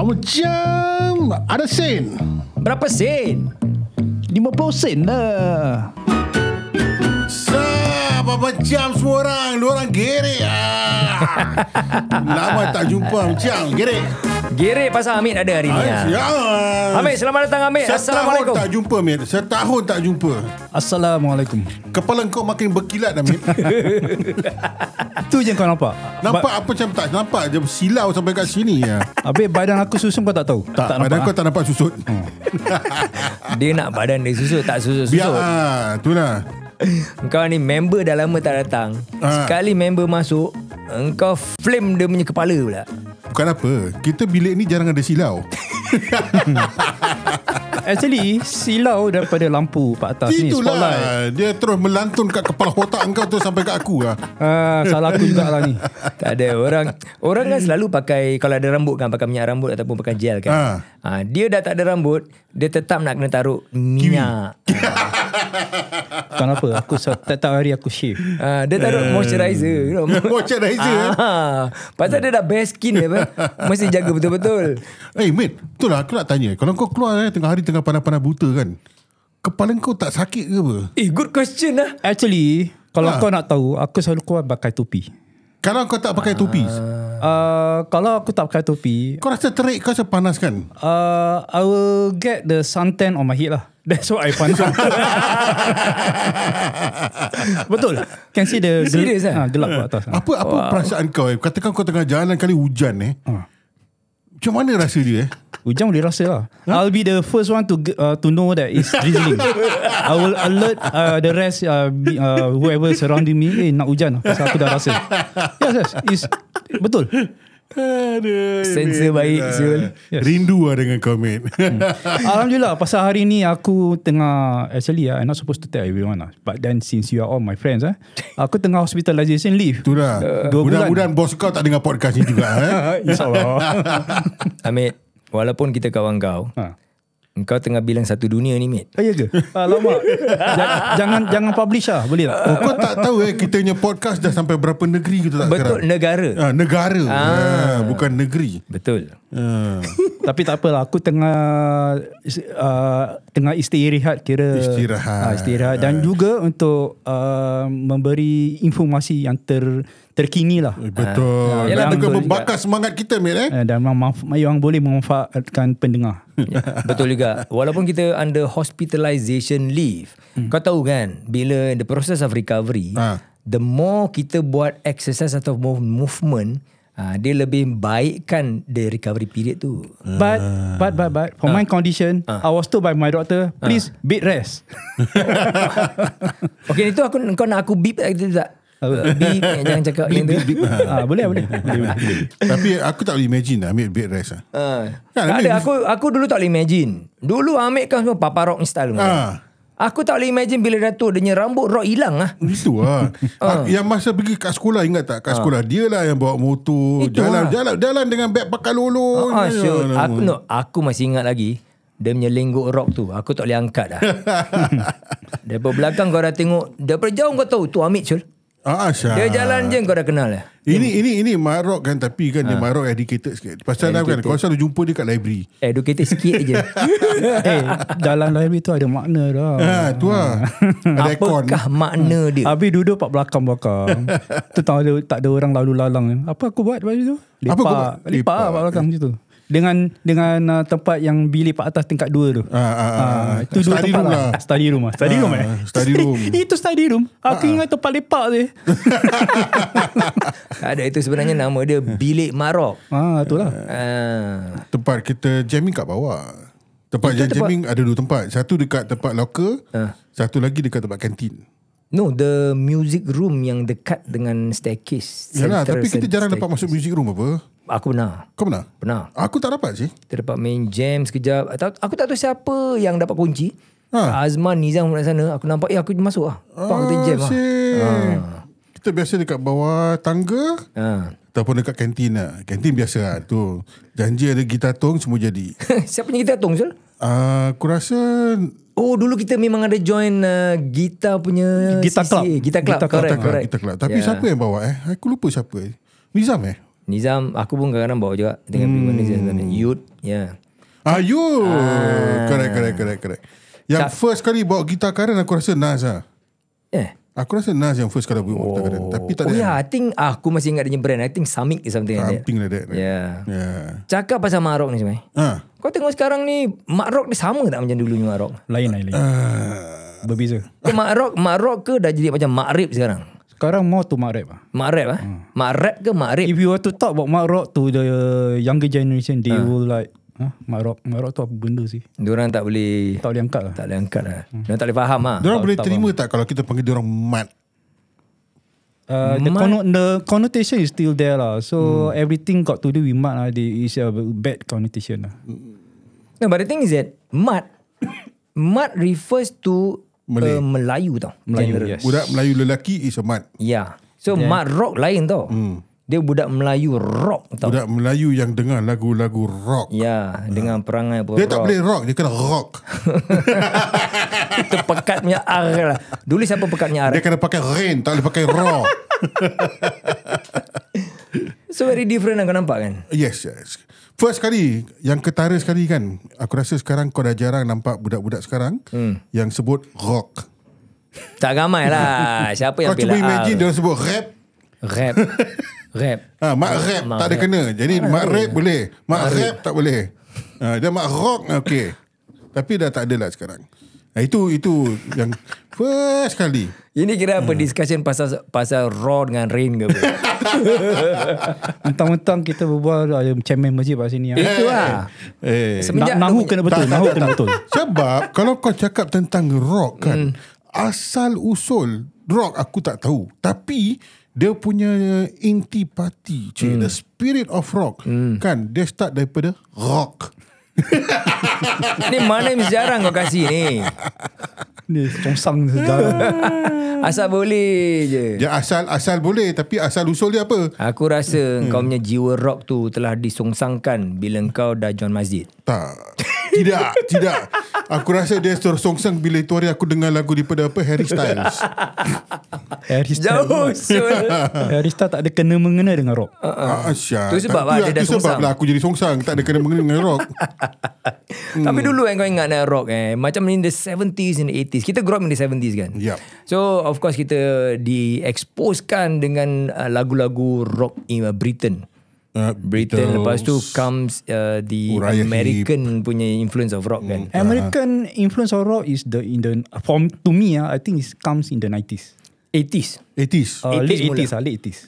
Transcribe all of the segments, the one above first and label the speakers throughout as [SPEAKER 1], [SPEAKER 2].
[SPEAKER 1] Macam ada sen.
[SPEAKER 2] Berapa sen? 50 sen lah.
[SPEAKER 1] Sah, berapa jam semua orang? Diorang gerek ah. Lama tak jumpa macam gerek.
[SPEAKER 2] Gerek pasal Amin ada hari ni.
[SPEAKER 1] Ah,
[SPEAKER 2] Ya.
[SPEAKER 1] siang.
[SPEAKER 2] Amin, selamat datang Amin.
[SPEAKER 1] Setahun
[SPEAKER 2] Assalamualaikum.
[SPEAKER 1] tak jumpa, Mir. Setahun tak jumpa.
[SPEAKER 3] Assalamualaikum
[SPEAKER 1] Kepala kau makin berkilat dah, Mir.
[SPEAKER 3] Tu je kau nampak
[SPEAKER 1] Nampak apa macam tak nampak je silau sampai kat sini ya.
[SPEAKER 3] Ba- Habis badan aku susung kau tak tahu
[SPEAKER 1] Tak, tak badan kau tak nampak susut. Hmm.
[SPEAKER 2] Dia nak badan dia susut, tak
[SPEAKER 1] Biar
[SPEAKER 2] susut-susut.
[SPEAKER 1] ah, tu lah.
[SPEAKER 2] Engkau ni member dah lama tak datang.
[SPEAKER 1] Ah.
[SPEAKER 2] Sekali member masuk, engkau flame dia punya kepala pula.
[SPEAKER 1] Bukan apa. Kita bilik ni jarang ada silau.
[SPEAKER 3] Actually Silau daripada lampu Pak atas ni Spotlight
[SPEAKER 1] Itulah. Dia terus melantun kat kepala otak kau terus sampai kat aku lah.
[SPEAKER 3] ah, Salah aku jugalah ni
[SPEAKER 2] Tak ada orang Orang kan selalu pakai Kalau ada rambut kan Pakai minyak rambut Ataupun pakai gel kan
[SPEAKER 1] Ha.
[SPEAKER 2] ha. Ha, Dia dah tak ada rambut Dia tetap nak kena taruh Minyak
[SPEAKER 3] Kenapa Aku setiap hari aku shave
[SPEAKER 2] ha, Dia taruh moisturizer you know.
[SPEAKER 1] Eh. Moisturizer, eh?
[SPEAKER 2] ha. Pasal dia dah best skin dia apa? Mesti jaga betul-betul
[SPEAKER 1] Eh, hey, mate. Betul lah aku nak tanya. Kalau kau keluar eh, tengah hari tengah pandai-pandai buta kan. Kepala kau tak sakit ke apa?
[SPEAKER 2] Eh good question lah
[SPEAKER 3] Actually Kalau
[SPEAKER 1] Ah.
[SPEAKER 3] kau nak tahu Aku selalu keluar pakai topi
[SPEAKER 1] Kalau kau tak pakai topi,
[SPEAKER 3] uh, Kalau aku tak pakai topi
[SPEAKER 1] kau rasa terik, kau rasa panas kan?
[SPEAKER 3] uh, I will get the suntan on my head lah That's what I find out Betul Can see the
[SPEAKER 2] You serious, eh?
[SPEAKER 3] ah, Gelap kat atas
[SPEAKER 1] Apa apa wow. perasaan kau eh? Katakan kau tengah jalan kali hujan eh.
[SPEAKER 3] Ah.
[SPEAKER 1] Macam mana rasa dia eh?
[SPEAKER 3] Hujan boleh rasa lah. Huh? I'll be the first one to g- uh, to know that it's drizzling. I will alert uh, the rest uh, be, uh, whoever surrounding me. Eh nak hujan lah, pasal aku dah rasa. Yes yes, it's, betul.
[SPEAKER 1] Aduh, Ah.
[SPEAKER 2] Sensor baik, Zul.
[SPEAKER 3] Yes.
[SPEAKER 1] Rindu lah dengan kau mate.
[SPEAKER 3] Alhamdulillah pasal hari ni aku tengah actually uh, I'm not supposed to tell everyone lah. But then since you are all my friends eh, aku tengah hospitalisation leave. Eh,
[SPEAKER 1] Tu dah.
[SPEAKER 3] Dua
[SPEAKER 1] Mudah-mudahan bos kau tak dengar podcast ni juga. Eh?
[SPEAKER 3] Insyaallah.
[SPEAKER 2] Amit Walaupun kita kawan kau
[SPEAKER 3] Ha.
[SPEAKER 2] Engkau tengah bilang satu dunia ni mate
[SPEAKER 3] Oh, iya ke? Alamak. Jangan, jangan jangan publish lah, boleh tak?
[SPEAKER 1] Oh, kau tak tahu eh kita punya podcast dah sampai berapa negeri kita tak sekarang.
[SPEAKER 2] Betul negara
[SPEAKER 1] Ah, negara. Ah. bukan negeri.
[SPEAKER 2] Betul
[SPEAKER 1] Ah.
[SPEAKER 3] Tapi tak apalah aku tengah uh, tengah istirahat kira
[SPEAKER 1] Istirahat.
[SPEAKER 3] Ah, istirahat dan juga untuk uh, memberi informasi yang ter terkini lah.
[SPEAKER 1] Eh, Betul.
[SPEAKER 2] Ah, Yalah,
[SPEAKER 1] Dan juga
[SPEAKER 2] betul
[SPEAKER 1] membakar semangat kita mate eh.
[SPEAKER 3] Eh, dan memanfa- yang boleh memanfaatkan pendengar.
[SPEAKER 2] Ya, Betul juga. Walaupun kita under hospitalization leave, hmm. kau tahu kan, bila the process of recovery,
[SPEAKER 1] Ha.
[SPEAKER 2] the more kita buat exercise atau move- movement, ah, dia lebih baikkan the recovery period tu.
[SPEAKER 3] But but but but for
[SPEAKER 1] Ah.
[SPEAKER 3] my condition, I was told by my doctor, please bed rest.
[SPEAKER 2] Okay, itu aku kau nak aku beep tak kita tak? Beep, eh, jangan cakap beep, beep, beep.
[SPEAKER 3] ah, boleh boleh. boleh, boleh.
[SPEAKER 1] Tapi aku tak boleh imagine lah ambil bed rest lah. Kan,
[SPEAKER 2] Ha. tak
[SPEAKER 1] Amir,
[SPEAKER 2] ada, aku aku dulu tak boleh imagine. Dulu Amir kan semua papa rock style.
[SPEAKER 1] Ah.
[SPEAKER 2] Aku tak boleh imagine bila dah tua, dia punya rambut rock hilang lah.
[SPEAKER 1] Itu lah Ak-
[SPEAKER 2] Ah.
[SPEAKER 1] Yang masa pergi kat sekolah Ingat tak Kat sekolah dia lah Yang bawa motor
[SPEAKER 2] Itu
[SPEAKER 1] jalan,
[SPEAKER 2] lah.
[SPEAKER 1] jalan Jalan dengan beg pakai lolo
[SPEAKER 2] Ah, ah,
[SPEAKER 1] Ya,
[SPEAKER 2] sure.
[SPEAKER 1] lama.
[SPEAKER 2] Aku no, aku masih ingat lagi dia punya lenggok rock tu. Aku tak boleh angkat dah. daripada belakang kau dah tengok. Daripada jauh kau tahu. Tu Amit Syul.
[SPEAKER 1] Ah, Aisyah.
[SPEAKER 2] Dia jalan je Ah. kau dah kenal lah.
[SPEAKER 1] Ini ini ini Marok kan Tapi kan dia Marok educated sikit Pasal dah kan Kau selalu jumpa dia kat library
[SPEAKER 2] Educated sikit je.
[SPEAKER 3] eh, dalam library tu ada makna dah.
[SPEAKER 2] Ah.
[SPEAKER 1] Ha, tu lah Ada aircon Hmm.
[SPEAKER 2] Apakah makna dia?
[SPEAKER 3] Habis duduk pak belakang-belakang. tu tak ada, tak ada orang lalu lalang. Apa aku buat baju tu? Lepak.
[SPEAKER 1] Apa kau
[SPEAKER 3] Apa aku
[SPEAKER 1] buat?
[SPEAKER 3] Lepak, lepak.
[SPEAKER 1] Lepak. Eh.
[SPEAKER 3] pak belakang situ. Dengan dengan uh, tempat yang bilik pak atas tingkat dua tu.
[SPEAKER 1] Ah, ah, ah.
[SPEAKER 3] Ah, itu dua
[SPEAKER 1] Study
[SPEAKER 3] tempat
[SPEAKER 1] room
[SPEAKER 3] lah.
[SPEAKER 1] lah.
[SPEAKER 3] Study room lah. Study room eh.
[SPEAKER 1] Ah, study room. Ah.
[SPEAKER 3] Itu study room. Aku ingat tempat lepak eh. je.
[SPEAKER 2] Tak ada itu sebenarnya nama dia bilik marok.
[SPEAKER 3] ah, itulah.
[SPEAKER 2] Ah.
[SPEAKER 1] Tempat kita jamming kat bawah Tempat jam- jamming ada dua tempat Satu dekat tempat locker
[SPEAKER 2] Ah.
[SPEAKER 1] Satu lagi dekat tempat kantin
[SPEAKER 2] No, the music room yang dekat dengan staircase.
[SPEAKER 1] Yalah
[SPEAKER 2] Central
[SPEAKER 1] tapi kita
[SPEAKER 2] stair-
[SPEAKER 1] jarang dapat masuk music room apa
[SPEAKER 2] Aku pernah.
[SPEAKER 1] Kau pernah?
[SPEAKER 2] Pernah.
[SPEAKER 1] Aku tak dapat sih
[SPEAKER 2] Kita dapat main jam sekejap. Atau- Aku tak tahu siapa yang dapat kunci.
[SPEAKER 1] Ha.
[SPEAKER 2] Ha. Azman Nizam pun kat sana. Aku nampak, eh aku masuk lah. Pak
[SPEAKER 3] Ah,
[SPEAKER 2] kita jam lah.
[SPEAKER 1] Asyik. Kita biasa dekat bawah tangga
[SPEAKER 2] Ha.
[SPEAKER 1] ataupun dekat kantin lah. Kantin biasa lah tu. Janji ada gitar tong semua jadi.
[SPEAKER 2] Siapa punya gitar tong, Sul?
[SPEAKER 1] Ah, aku rasa ah,
[SPEAKER 2] Oh, dulu kita memang ada join uh, gitar punya
[SPEAKER 3] Gitar club.
[SPEAKER 2] Gitar club.
[SPEAKER 3] Gitar club,
[SPEAKER 2] correct, Ya.
[SPEAKER 1] tak
[SPEAKER 2] correct.
[SPEAKER 1] kita kelak. Tapi yeah. siapa yang bawa eh? Aku lupa siapa. Nizam eh?
[SPEAKER 2] Nizam aku pun kadang-kadang bawa juga dengan hmm. pergi Malaysia sebenarnya. Youth ya. Yeah.
[SPEAKER 1] Ah, you. Ah. Correct, correct, correct, correct. Yang Cap. first kali bawa gitar karen aku rasa Nas lah.
[SPEAKER 2] Eh.
[SPEAKER 1] Aku rasa Nas yang first kali bawa oh. gitar karen. Tapi tak
[SPEAKER 2] Oh
[SPEAKER 1] ada.
[SPEAKER 2] yeah,
[SPEAKER 3] Eh.
[SPEAKER 2] I think ah, aku masih ingat dia punya brand. I think Samik is something like that.
[SPEAKER 1] Something like that. right?
[SPEAKER 2] Yeah.
[SPEAKER 1] Yeah.
[SPEAKER 2] Cakap pasal Mak Rock ni Semai.
[SPEAKER 1] Ah.
[SPEAKER 2] Kau tengok sekarang ni Mak Rock dia sama tak macam dulunya Mak Rock?
[SPEAKER 3] Lain lain lain.
[SPEAKER 1] Ah.
[SPEAKER 3] Berbeza.
[SPEAKER 2] Kau Mak Rock, Mak Rock ke dah jadi macam Mak Rip sekarang?
[SPEAKER 3] Sekarang more to mak rap lah.
[SPEAKER 2] Mak Rap ah.
[SPEAKER 1] Hmm.
[SPEAKER 2] Mak Rap ke Mak Rip?
[SPEAKER 3] If you were to talk about mak rock to the younger generation, they will like, huh? mak rock, mak rock tu apa benda sih?
[SPEAKER 2] Diorang tak boleh
[SPEAKER 3] Tak boleh angkat lah.
[SPEAKER 2] tak boleh angkat lah. Diorang tak boleh faham lah.
[SPEAKER 1] Hmm. Diorang boleh terima tak kalau kita panggil diorang mat?
[SPEAKER 3] Uh, the, conno- the connotation is still there lah. So everything got to do with mat lah. They, it's a bad connotation lah.
[SPEAKER 2] No, but the thing is that Mat Mat refers to Malay. Uh, Melayu tau.
[SPEAKER 3] Melayu,
[SPEAKER 2] general.
[SPEAKER 3] yes.
[SPEAKER 1] Budak Melayu ya. lelaki is a mat.
[SPEAKER 2] Yeah. So yeah. Mat rock lain tau. Hmm. Dia budak Melayu rock tau.
[SPEAKER 1] Budak Melayu yang dengar lagu-lagu rock.
[SPEAKER 2] Ya, dengan perangai pun
[SPEAKER 1] Ah. Dia tak
[SPEAKER 2] rock.
[SPEAKER 1] boleh rock, dia kena rock.
[SPEAKER 2] Itu pekat punya R lah. Dulu siapa pekatnya R?
[SPEAKER 1] Dia kan- kena pakai rain, tak boleh pakai raw.
[SPEAKER 2] So very different lah kau nampak kan?
[SPEAKER 1] yes, yes. First kali, yang ketara sekali kan, aku rasa sekarang kau dah jarang nampak budak-budak sekarang hmm. yang sebut rock.
[SPEAKER 2] Tak ramai lah. Siapa yang
[SPEAKER 1] Kau cuba
[SPEAKER 2] pilih
[SPEAKER 1] imagine
[SPEAKER 2] R?
[SPEAKER 1] dia orang sebut rap.
[SPEAKER 2] Rap. Rap.
[SPEAKER 1] Ha, mak rap tak ada kena. Jadi mak rap boleh. Mak rap tak boleh. Ha, dia mak rock okey. Tapi dah tak ada lah sekarang. Ha, itu itu yang first kali.
[SPEAKER 2] Ini kira
[SPEAKER 1] Hmm.
[SPEAKER 2] apa discussion pasal pasal raw dengan rain ke apa?
[SPEAKER 3] Mentang-mentang kita berbual ada chairman masjid kat sini. Lah.
[SPEAKER 2] Itu lah.
[SPEAKER 1] Eh.
[SPEAKER 2] Semenjak
[SPEAKER 3] Na- Nahu
[SPEAKER 2] dia
[SPEAKER 3] kena betul.
[SPEAKER 1] Tak, tak,
[SPEAKER 3] Nahu
[SPEAKER 1] tak,
[SPEAKER 3] kena
[SPEAKER 1] tak.
[SPEAKER 3] betul.
[SPEAKER 1] Sebab kalau kau cakap tentang rock kan, asal usul rock aku tak tahu. Tapi dia punya inti parti, cik, the spirit of rock kan, dia start daripada rock.
[SPEAKER 2] Ni mana yang jarang kau kasih ni.
[SPEAKER 3] Dia congsang sejarah.
[SPEAKER 2] Asal boleh je.
[SPEAKER 1] Dia asal asal boleh tapi asal usul dia apa?
[SPEAKER 2] Aku rasa hmm. kau punya jiwa rock tu telah disongsangkan bila kau dah join masjid.
[SPEAKER 1] Tak. Tidak, tidak. Aku rasa dia tersongsang bila itu hari aku dengar lagu daripada apa Harry Styles.
[SPEAKER 3] Arista.
[SPEAKER 2] Jauh sul.
[SPEAKER 3] Arista tak ada kena mengena dengan rock.
[SPEAKER 1] Ah, Asyik.
[SPEAKER 2] Uh-uh. Tu sebab lah dia dah
[SPEAKER 1] tu sebab
[SPEAKER 2] songsang.
[SPEAKER 1] lah aku jadi songsang. Tak ada kena mengena dengan rock.
[SPEAKER 2] Tapi dulu kan kau ingat nak rock eh. Macam in the 70s and the 80s. Kita grow up in the 70s kan.
[SPEAKER 1] Yup.
[SPEAKER 2] So of course kita di-expose-kan dengan uh, lagu-lagu rock in uh, Britain.
[SPEAKER 1] Uh,
[SPEAKER 2] Britain lepas tu comes uh, the
[SPEAKER 1] Oh, Raya
[SPEAKER 2] American punya influence of rock kan.
[SPEAKER 3] American influence of rock is the in the from to me ah I think it comes in the 90s.
[SPEAKER 2] 80s.
[SPEAKER 1] 80s.
[SPEAKER 3] Uh,
[SPEAKER 2] 80s
[SPEAKER 3] late
[SPEAKER 2] mula.
[SPEAKER 3] 80s ah late 80s.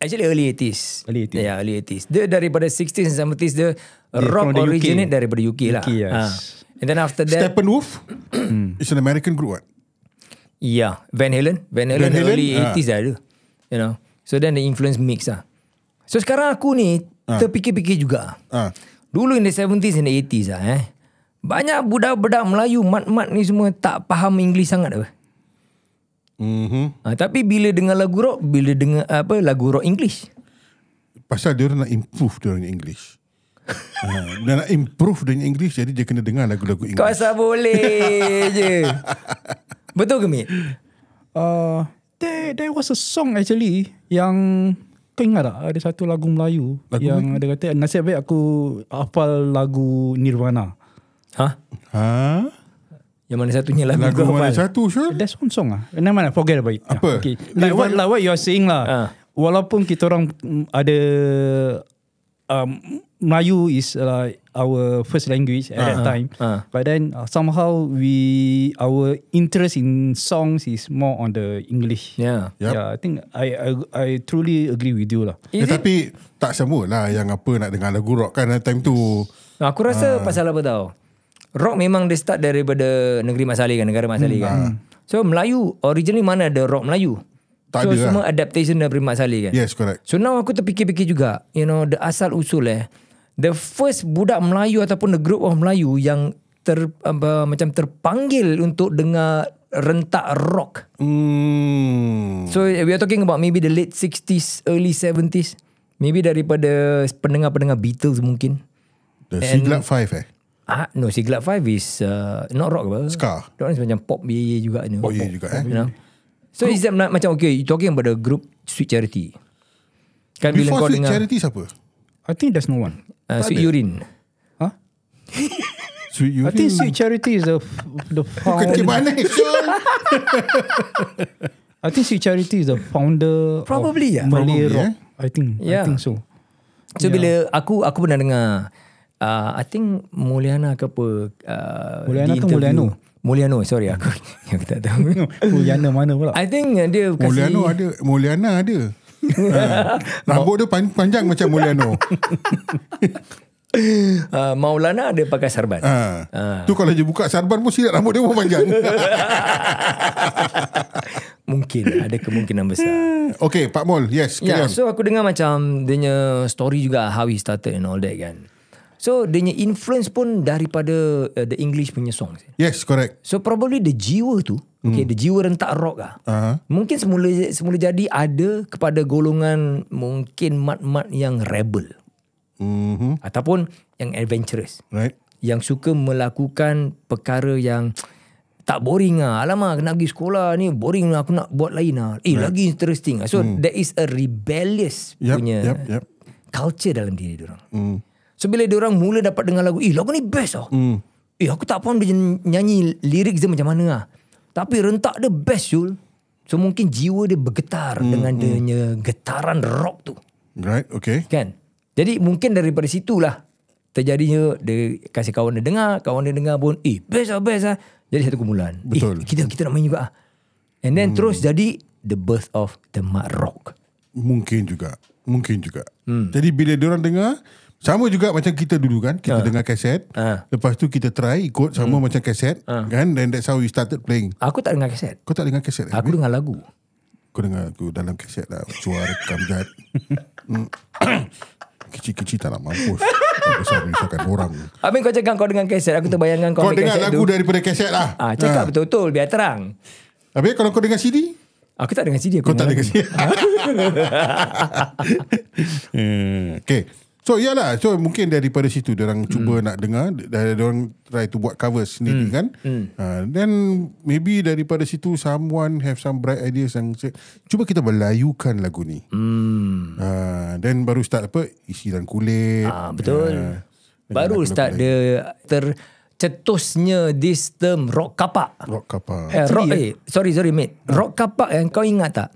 [SPEAKER 2] Actually early 80s.
[SPEAKER 3] Early 80s.
[SPEAKER 2] Yeah, early 80s. Dia daripada 60s and 70s dia rock
[SPEAKER 3] from the UK.
[SPEAKER 2] originate daripada UK lah.
[SPEAKER 3] UK, yes.
[SPEAKER 2] Ha. And then Hmm. after that,
[SPEAKER 1] Steppenwolf is an American group what?
[SPEAKER 2] yeah, ya, Van Halen. Van Halen,
[SPEAKER 1] Van Halen,
[SPEAKER 2] early
[SPEAKER 1] ha.
[SPEAKER 2] 80s dah ada. You know. So then the influence mix lah. So sekarang aku ni terfikir-fikir juga.
[SPEAKER 1] Ah.
[SPEAKER 2] Dulu in the 70s and the 80s lah eh. Banyak budak-budak Melayu mat-mat ni semua tak faham English sangat apa.
[SPEAKER 1] Mm-hmm.
[SPEAKER 2] Ha, tapi bila dengar lagu rock, bila dengar apa lagu rock English.
[SPEAKER 1] Pasal dia orang nak improve dia orang punya English. uh, dia nak improve dia punya English jadi dia kena dengar lagu-lagu English.
[SPEAKER 2] Kau asal boleh je. Betul ke, Mit?
[SPEAKER 3] Uh, there there was a song actually yang kau ingat tak ada satu lagu Melayu lagu yang ada kata nasib baik aku hafal lagu Nirvana.
[SPEAKER 2] Ha?
[SPEAKER 1] Ha?
[SPEAKER 2] Yang mana satunya lagu,
[SPEAKER 1] Lagu
[SPEAKER 2] kau
[SPEAKER 1] mana
[SPEAKER 2] hafal?
[SPEAKER 1] sure? sure?
[SPEAKER 3] That's one song ah. Never mind, I forget about it.
[SPEAKER 1] Apa?
[SPEAKER 3] Okay. Like what, like what you are saying lah.
[SPEAKER 2] Ah.
[SPEAKER 3] Walaupun kita orang mm, ada um, Melayu is uh, our first language at that time.
[SPEAKER 2] Ah.
[SPEAKER 3] But then uh, somehow we our interest in songs is more on the English.
[SPEAKER 2] Yeah.
[SPEAKER 1] Yup.
[SPEAKER 3] Yeah, I think I, I I truly agree with you lah.
[SPEAKER 1] Eh, tapi tak semua lah yang apa nak dengar lagu rock kan time tu.
[SPEAKER 2] Nah, aku
[SPEAKER 1] Ah.
[SPEAKER 2] rasa pasal apa tau. Rock memang dia start daripada negeri Mat Saleh kan, negara Mat
[SPEAKER 1] Hmm.
[SPEAKER 2] Saleh kan.
[SPEAKER 1] Ah.
[SPEAKER 2] So Melayu, originally mana ada rock Melayu?
[SPEAKER 1] Tak
[SPEAKER 2] so
[SPEAKER 1] ada lah.
[SPEAKER 2] semua adaptation daripada Mat Saleh kan.
[SPEAKER 1] Yes, correct.
[SPEAKER 2] So now aku terfikir-fikir juga, you know, the asal usul eh. The first budak Melayu ataupun the group of Melayu yang ter, apa, macam terpanggil untuk dengar rentak rock.
[SPEAKER 1] Hmm.
[SPEAKER 2] So eh, we are talking about maybe the late 60s, early 70s. Maybe daripada pendengar-pendengar Beatles mungkin.
[SPEAKER 1] The Siglap 5 eh.
[SPEAKER 2] Ah, no, Siglap 5 is uh, not rock apa.
[SPEAKER 1] Ska.
[SPEAKER 2] Diorang is macam pop BAA juga. You know.
[SPEAKER 1] Pop BAA juga, eh.
[SPEAKER 2] You know? So is that not, macam okay, you talking about the group Sweet Charity. Kan bila
[SPEAKER 1] Before
[SPEAKER 2] kau
[SPEAKER 1] Sweet
[SPEAKER 2] dengar
[SPEAKER 1] Charity siapa?
[SPEAKER 3] I think there's no one.
[SPEAKER 2] uh, Sweet Urine.
[SPEAKER 3] Huh?
[SPEAKER 1] Sweet Youth.
[SPEAKER 3] I think Sweet Charity is the f- the
[SPEAKER 1] Bukan
[SPEAKER 3] founder.
[SPEAKER 1] Kibane Syul.
[SPEAKER 3] I think Sweet Charity is the founder.
[SPEAKER 2] Probably, yeah.
[SPEAKER 3] of Malay
[SPEAKER 1] Probably,
[SPEAKER 3] rock.
[SPEAKER 1] eh.
[SPEAKER 3] I think. I
[SPEAKER 2] Yeah.
[SPEAKER 3] think so.
[SPEAKER 1] Ya.
[SPEAKER 2] So yeah. bila aku aku pernah dengar uh, I think Mulyana ke apa uh,
[SPEAKER 3] Mulyana
[SPEAKER 2] di
[SPEAKER 3] ke
[SPEAKER 2] interview.
[SPEAKER 3] Mulyano?
[SPEAKER 2] Mulyano sorry aku aku tak tahu.
[SPEAKER 3] Oh, Yana mana pula?
[SPEAKER 2] I think dia kasi
[SPEAKER 1] Mulyano ada Mulyana ada Ha. Rambut dia pan- panjang macam Mulyano
[SPEAKER 2] uh, Maulana dia pakai sarban. Uh.
[SPEAKER 1] ha. Tu kalau dia buka sarban pun silap Rambut dia pun panjang
[SPEAKER 2] Mungkin ada kemungkinan besar.
[SPEAKER 1] Okay Pak Mol Yes
[SPEAKER 2] Ya, yeah,
[SPEAKER 1] carry on.
[SPEAKER 2] so aku dengar macam dia punya story juga how he started and all that kan. So dia punya influence pun daripada uh, the English punya songs.
[SPEAKER 1] Yes correct
[SPEAKER 2] So probably the jiwa tu, okay, the jiwa rentak rock ah.
[SPEAKER 1] Aha.
[SPEAKER 2] Mungkin semula semula jadi ada kepada golongan mungkin mat-mat yang rebel
[SPEAKER 1] mm-hmm.
[SPEAKER 2] ataupun yang adventurous
[SPEAKER 1] Right
[SPEAKER 2] yang suka melakukan perkara yang tak boring ah. Alamak nak pergi sekolah ni boring lah aku nak buat lain ah. Eh lagi interesting ah. So hmm. there is a rebellious
[SPEAKER 1] Yep,
[SPEAKER 2] punya
[SPEAKER 1] yep, yep.
[SPEAKER 2] culture dalam diri orang. Hmm. So bila orang mula dapat dengar lagu, eh lagu ni best ah. Hmm. Eh aku tak faham dia nyanyi lirik dia macam mana ah. Tapi rentak dia best Syul. So mungkin jiwa dia bergetar hmm. dengan dia punya getaran rock tu.
[SPEAKER 1] Right okay
[SPEAKER 2] Kan? Jadi mungkin daripada situlah terjadinya dia kasih kawan dia dengar, kawan dia dengar pun eh best lah best lah. Jadi satu kumpulan.
[SPEAKER 1] Betul.
[SPEAKER 2] Eh, kita kita nak main juga ah. And then hmm. terus jadi the birth of the Mad Rock.
[SPEAKER 1] Mungkin juga Mungkin juga
[SPEAKER 2] Hmm.
[SPEAKER 1] Jadi bila orang dengar sama juga macam kita dulu kan Kita dengar kaset
[SPEAKER 2] Ha. Hmm.
[SPEAKER 1] Lepas tu kita try ikut Sama macam kaset Kan Then that's how we started playing
[SPEAKER 2] Aku tak dengar kaset.
[SPEAKER 1] Kau tak dengar kaset
[SPEAKER 2] Aku dengar lagu.
[SPEAKER 1] Kau dengar aku dalam kaset lah Suara rekam jat Hmm. Kecil-kecil tak nak mampus Tak Besar-besarkan orang
[SPEAKER 2] Abang kau cakap kau dengar kaset, aku terbayangkan kau,
[SPEAKER 1] Kau
[SPEAKER 2] ambil
[SPEAKER 1] dengar
[SPEAKER 2] kaset
[SPEAKER 1] lagu
[SPEAKER 2] tu.
[SPEAKER 1] daripada kaset lah
[SPEAKER 2] Ah, cakap ha. betul-betul biar terang.
[SPEAKER 1] Habis kalau kau dengar CD
[SPEAKER 2] Aku tak dengar CD aku.
[SPEAKER 1] Kau tak dengar
[SPEAKER 2] lagu.
[SPEAKER 1] CD Hmm, Okay So iyalah So mungkin daripada situ Diorang
[SPEAKER 2] Hmm.
[SPEAKER 1] cuba nak dengar dia- Diorang try to buat cover
[SPEAKER 2] Hmm.
[SPEAKER 1] sendiri kan Ah, Then Maybe daripada situ Someone have some bright ideas yang said, Cuba kita melayukan lagu ni Ah, Then baru start apa Isi dan kulit
[SPEAKER 2] Hmm. Ah,
[SPEAKER 1] Ah,
[SPEAKER 2] betul.
[SPEAKER 1] dengan
[SPEAKER 2] Baru
[SPEAKER 1] lagu-lagu
[SPEAKER 2] start
[SPEAKER 1] lain.
[SPEAKER 2] dia tercetusnya this term rock kapak.
[SPEAKER 1] Rock kapal
[SPEAKER 2] Eh, rock, eh, sorry, sorry, mate. Rock kapak yang kau ingat tak?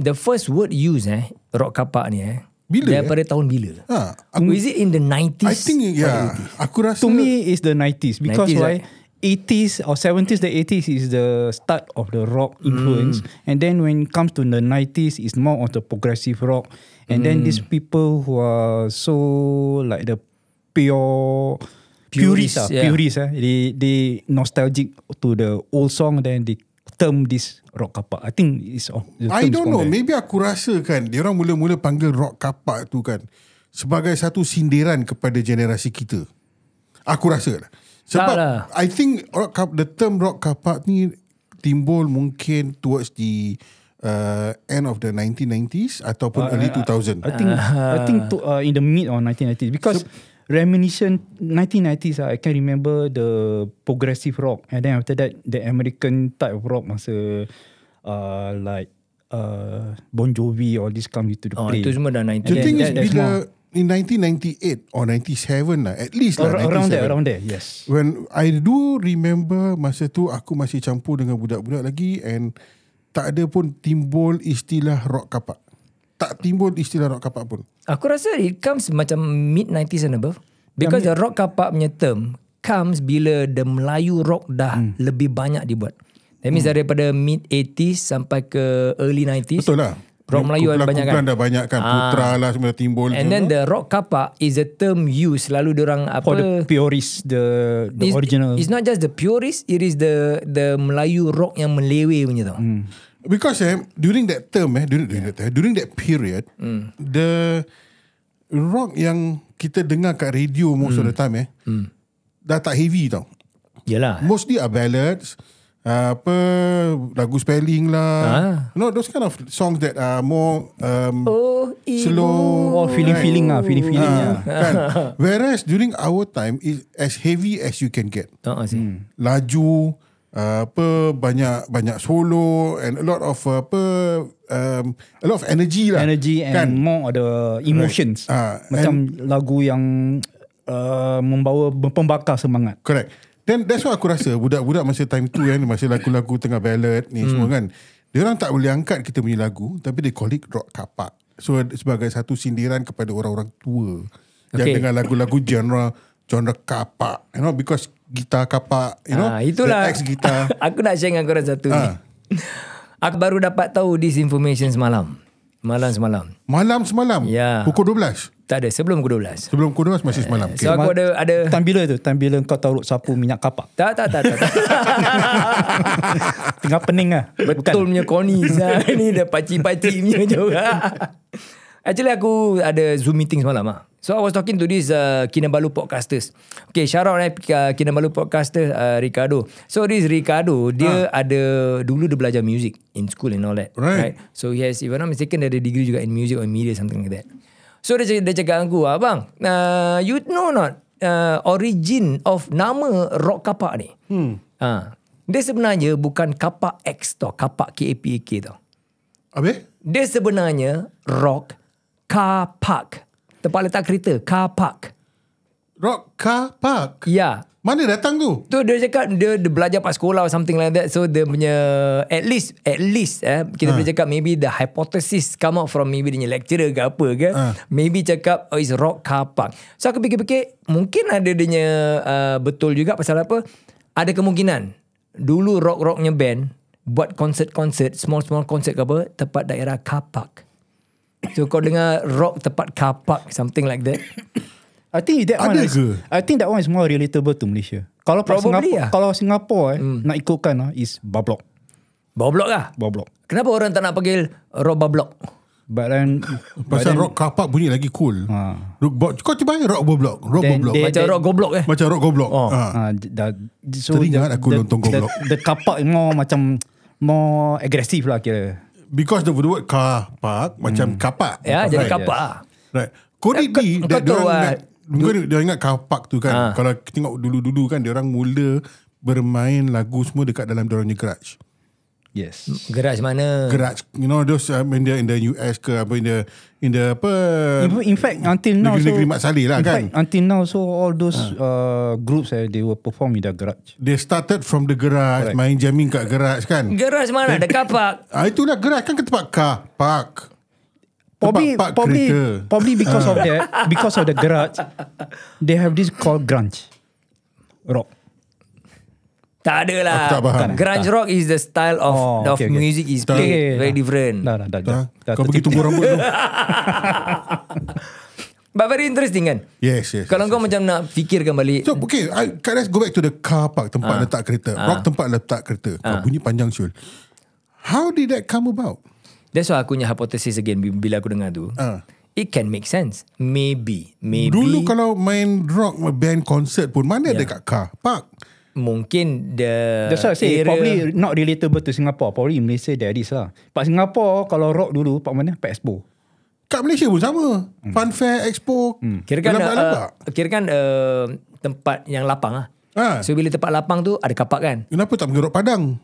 [SPEAKER 2] The first word used eh, rock kapak ni eh.
[SPEAKER 1] Bila,
[SPEAKER 2] Daripada eh? tahun bila?
[SPEAKER 1] Ah,
[SPEAKER 2] Aku, Is it in the 90s?
[SPEAKER 1] I think yeah, Aku rasa
[SPEAKER 3] to me it's the 90s because
[SPEAKER 2] 90s,
[SPEAKER 3] why
[SPEAKER 2] right?
[SPEAKER 3] 80s or 70s the 80s is the start of the rock
[SPEAKER 2] Mm.
[SPEAKER 3] influence and then when it comes to the 90s it's more of the progressive rock and
[SPEAKER 2] Mm.
[SPEAKER 3] then these people who are so like the pure purists ah,
[SPEAKER 2] Purists, yeah.
[SPEAKER 3] purists ah, they they nostalgic to the old song then they term this rock kapak I think it's all the
[SPEAKER 1] I
[SPEAKER 3] terms
[SPEAKER 1] don't
[SPEAKER 3] from
[SPEAKER 1] know
[SPEAKER 3] there.
[SPEAKER 1] Maybe aku rasa kan Dia orang mula-mula panggil rock kapak tu kan Sebagai satu sindiran kepada generasi kita Aku rasa lah Sebab
[SPEAKER 2] Tak lah.
[SPEAKER 1] I think rock kap, The term rock kapak ni Timbul mungkin towards the uh, End of the 1990s
[SPEAKER 3] Uh,
[SPEAKER 1] Ataupun early 2000
[SPEAKER 3] I think I
[SPEAKER 2] Uh-huh.
[SPEAKER 3] think to, uh, in the mid or 1990s because reminiscent 1990s uh, I can remember the progressive rock and then after that the American type of rock masa uh, like uh, Bon Jovi all this come into the
[SPEAKER 2] Oh,
[SPEAKER 3] play.
[SPEAKER 2] itu semua dah
[SPEAKER 1] The
[SPEAKER 2] 90s.
[SPEAKER 1] thing is
[SPEAKER 3] that- that's
[SPEAKER 1] bila In 1998 Or 97 lah At least lah
[SPEAKER 3] Ar- around there,
[SPEAKER 1] 97.
[SPEAKER 3] around there, yes.
[SPEAKER 1] When I do remember masa tu aku masih campur dengan budak-budak lagi and tak ada pun timbul istilah rock kapak. Tak timbul istilah rock kapak pun.
[SPEAKER 2] Aku rasa it comes macam mid 90s and above. Because the rock kapak punya term comes bila the Melayu rock dah hmm. lebih banyak dibuat. That means hmm. daripada mid 80s sampai ke early 90s.
[SPEAKER 1] Betul lah.
[SPEAKER 2] Rock Melayu ada banyak kan?
[SPEAKER 1] Kumpulan dah banyak kan. Putra lah semua dah timbul.
[SPEAKER 2] And then the rock kapak is a term used selalu orang apa
[SPEAKER 3] For the purists, the the
[SPEAKER 2] It's-
[SPEAKER 3] original.
[SPEAKER 2] It's not just the purist, it is the the Melayu rock yang melewe punya tau. Hmm.
[SPEAKER 1] Because eh, during that term eh, during, during, that, during that period,
[SPEAKER 2] Mm.
[SPEAKER 1] the rock yang kita dengar kat radio most
[SPEAKER 2] Mm.
[SPEAKER 1] of the time eh, dah tak heavy tau.
[SPEAKER 3] lah.
[SPEAKER 2] Yalah.
[SPEAKER 1] Mostly are ballads uh, apa lagu spelling lah.
[SPEAKER 2] Ah.
[SPEAKER 1] You know those kind of songs that are more um
[SPEAKER 2] Oh, i-
[SPEAKER 1] slow.
[SPEAKER 3] oh, feeling, feeling ah, feeling, feeling
[SPEAKER 1] Ah,
[SPEAKER 3] ah.
[SPEAKER 1] kan? Whereas during our time is as heavy as you can get.
[SPEAKER 2] Tak sih.
[SPEAKER 1] Laju uh, apa banyak banyak solo and a lot of uh, apa um, a lot of energy lah.
[SPEAKER 3] Energy and
[SPEAKER 1] kan?
[SPEAKER 3] kan? more ada emotions.
[SPEAKER 1] Right. Ah,
[SPEAKER 3] Macam lagu yang uh, membawa pembakar semangat.
[SPEAKER 1] Correct. Then that's what aku rasa budak-budak masa time tu kan masa lagu-lagu tengah ballad ni hmm. semua kan. Dia orang tak boleh angkat kita punya lagu tapi they call it rock kapak. So sebagai satu sindiran kepada orang-orang tua okay. yang
[SPEAKER 2] Okay.
[SPEAKER 1] dengar lagu-lagu genre genre kapak. You know because gitar kapak, you know.
[SPEAKER 2] Ah, itulah.
[SPEAKER 1] ex gitar.
[SPEAKER 2] aku nak share dengan korang satu ni.
[SPEAKER 1] Ah.
[SPEAKER 2] Aku baru dapat tahu this information semalam. Malam semalam.
[SPEAKER 1] Malam semalam.
[SPEAKER 2] Ya.
[SPEAKER 1] Pukul 12.
[SPEAKER 2] Tak ada, sebelum pukul 12.
[SPEAKER 1] Sebelum pukul 12 masih semalam.
[SPEAKER 2] So aku ada ada
[SPEAKER 3] Time bila tu? Time bila kau taruh sapu minyak kapak.
[SPEAKER 2] tak tak tak tak. tak.
[SPEAKER 3] Tengah pening lah.
[SPEAKER 2] Betul punya Connie Zah. Ni dah pakcik-pakcik punya juga. Actually aku ada Zoom meeting semalam lah. So I was talking to this uh, Kinabalu podcasters. Okay, shout out eh uh, Kinabalu podcaster uh, Ricardo. So this Ricardo, dia ada dulu dia belajar music in school and all that.
[SPEAKER 1] Right.
[SPEAKER 2] So he has, if I'm not mistaken, dia ada degree juga in music or media something like that. So dia, cakap- dia cakap dengan aku, abang, uh, you know not uh, origin of nama rock kapak ni? Hmm. Ha. Dia sebenarnya bukan kapak X tau, kapak K-A-P-A-K tau.
[SPEAKER 1] Habis?
[SPEAKER 2] Dia sebenarnya rock car park. Tempat letak kereta, car park.
[SPEAKER 1] Rock kapak.
[SPEAKER 2] Ya.
[SPEAKER 1] Mana datang tu?
[SPEAKER 2] Tu dia cakap dia, dia belajar pas sekolah or something like that. So dia punya at least at least eh kita boleh cakap maybe the hypothesis come out from maybe dia punya lecturer ke apa ke.
[SPEAKER 1] Ah.
[SPEAKER 2] Maybe cakap oh, is rock car park. So aku fikir-fikir mungkin ada dia punya uh, betul juga pasal apa? Ada kemungkinan dulu rock-rocknya band buat konsert-konsert small-small konsert ke apa tempat daerah car park. So kau dengar rock tempat car park something like that.
[SPEAKER 3] I think that
[SPEAKER 1] Ada
[SPEAKER 3] one is,
[SPEAKER 1] ke?
[SPEAKER 3] I think that one is more relatable to Malaysia. Kalau Probably
[SPEAKER 2] Probably
[SPEAKER 3] Singapore,
[SPEAKER 2] lah.
[SPEAKER 3] kalau Singapore eh, nak ikutkan ah, is bablok,
[SPEAKER 2] Bawa blok lah.
[SPEAKER 3] bablok.
[SPEAKER 2] Kenapa orang tak nak panggil Roba Block?
[SPEAKER 3] But then
[SPEAKER 1] Pasal rock kapak bunyi lagi cool.
[SPEAKER 2] Ah.
[SPEAKER 3] Ha.
[SPEAKER 1] Rock bo- Kau cuba rock block. Rock
[SPEAKER 3] Then
[SPEAKER 1] block.
[SPEAKER 3] they-
[SPEAKER 2] Macam rock goblok eh.
[SPEAKER 1] Macam rock goblok.
[SPEAKER 2] Oh.
[SPEAKER 1] Ha.
[SPEAKER 3] ah, dah, so
[SPEAKER 1] Tadi jangan aku lontong
[SPEAKER 3] the,
[SPEAKER 1] goblok.
[SPEAKER 3] the kapak more macam more agresif lah kira.
[SPEAKER 1] Because the word car park macam kapak.
[SPEAKER 2] Ya, jadi
[SPEAKER 1] right.
[SPEAKER 2] kapak. lah.
[SPEAKER 1] Right. Could it be
[SPEAKER 2] Kau-
[SPEAKER 1] that
[SPEAKER 2] kau
[SPEAKER 1] dia
[SPEAKER 2] tahu Ah.
[SPEAKER 1] orang
[SPEAKER 2] lah.
[SPEAKER 1] ingat, mungkin dia ingat car park tu kan. Kalau tengok dulu-dulu kan dia orang mula bermain lagu semua dekat dalam dia orang punya garage.
[SPEAKER 3] Yes.
[SPEAKER 2] Garage mana?
[SPEAKER 1] Garage, you know those um, in the in the US ke apa in the in the apa
[SPEAKER 3] In, in fact, until now
[SPEAKER 1] Um, Negeri-negeri
[SPEAKER 3] so
[SPEAKER 1] Mat Salleh lah
[SPEAKER 3] in
[SPEAKER 1] kan? Ah.
[SPEAKER 3] Fact, until now so all those uh, groups eh, they will perform in the garage.
[SPEAKER 1] they started from the garage, main jamming kat garage kan.
[SPEAKER 2] Garage mana? Ada kapak.
[SPEAKER 1] Ah itulah gerak kan ke tempat car park.
[SPEAKER 3] Probably,
[SPEAKER 1] park
[SPEAKER 3] probably,
[SPEAKER 1] kereta.
[SPEAKER 3] probably because of that, because of the garage, they have this called grunge, rock.
[SPEAKER 2] Tak ada lah.
[SPEAKER 1] Aku tak faham.
[SPEAKER 2] Grunge rock is the style of
[SPEAKER 3] eh? Oh,
[SPEAKER 2] of
[SPEAKER 3] okay, okay.
[SPEAKER 2] music is played very different.
[SPEAKER 3] Dah, dah, dah. dah,
[SPEAKER 1] Ha?
[SPEAKER 3] dah
[SPEAKER 1] Kau pergi
[SPEAKER 3] tertipu.
[SPEAKER 1] tumbuh rambut tu.
[SPEAKER 2] But very interesting kan?
[SPEAKER 1] Yes, yes.
[SPEAKER 2] Kalau kau macam nak fikirkan balik.
[SPEAKER 1] So okay I, can- Let's go back to the car park Tempat
[SPEAKER 2] Ah.
[SPEAKER 1] ha. letak kereta ha. Rock tempat letak kereta ha. Bunyi panjang Syul How did that come about?
[SPEAKER 2] That's why aku punya hypothesis again bi- bila aku dengar tu.
[SPEAKER 1] Ah.
[SPEAKER 2] It can make sense. Maybe. Maybe.
[SPEAKER 1] Dulu kan- kalau main rock band concert pun Mana yeah. ada
[SPEAKER 2] Ya.
[SPEAKER 1] kat car park
[SPEAKER 2] mungkin the
[SPEAKER 3] That's why I say
[SPEAKER 2] area-
[SPEAKER 3] probably not relatable to Singapore. Probably in Malaysia there is lah. Pak Singapore kalau rock dulu pak mana? Pak Expo.
[SPEAKER 1] Kat Malaysia pun sama hmm. Fun Fair Expo hmm.
[SPEAKER 2] Kirakan uh,
[SPEAKER 1] Lembak-lembak
[SPEAKER 2] kirakan uh, tempat yang lapang lah.
[SPEAKER 1] Ah.
[SPEAKER 2] So bila tempat lapang tu ada kapak kan?
[SPEAKER 1] Kenapa tak panggil rock Padang?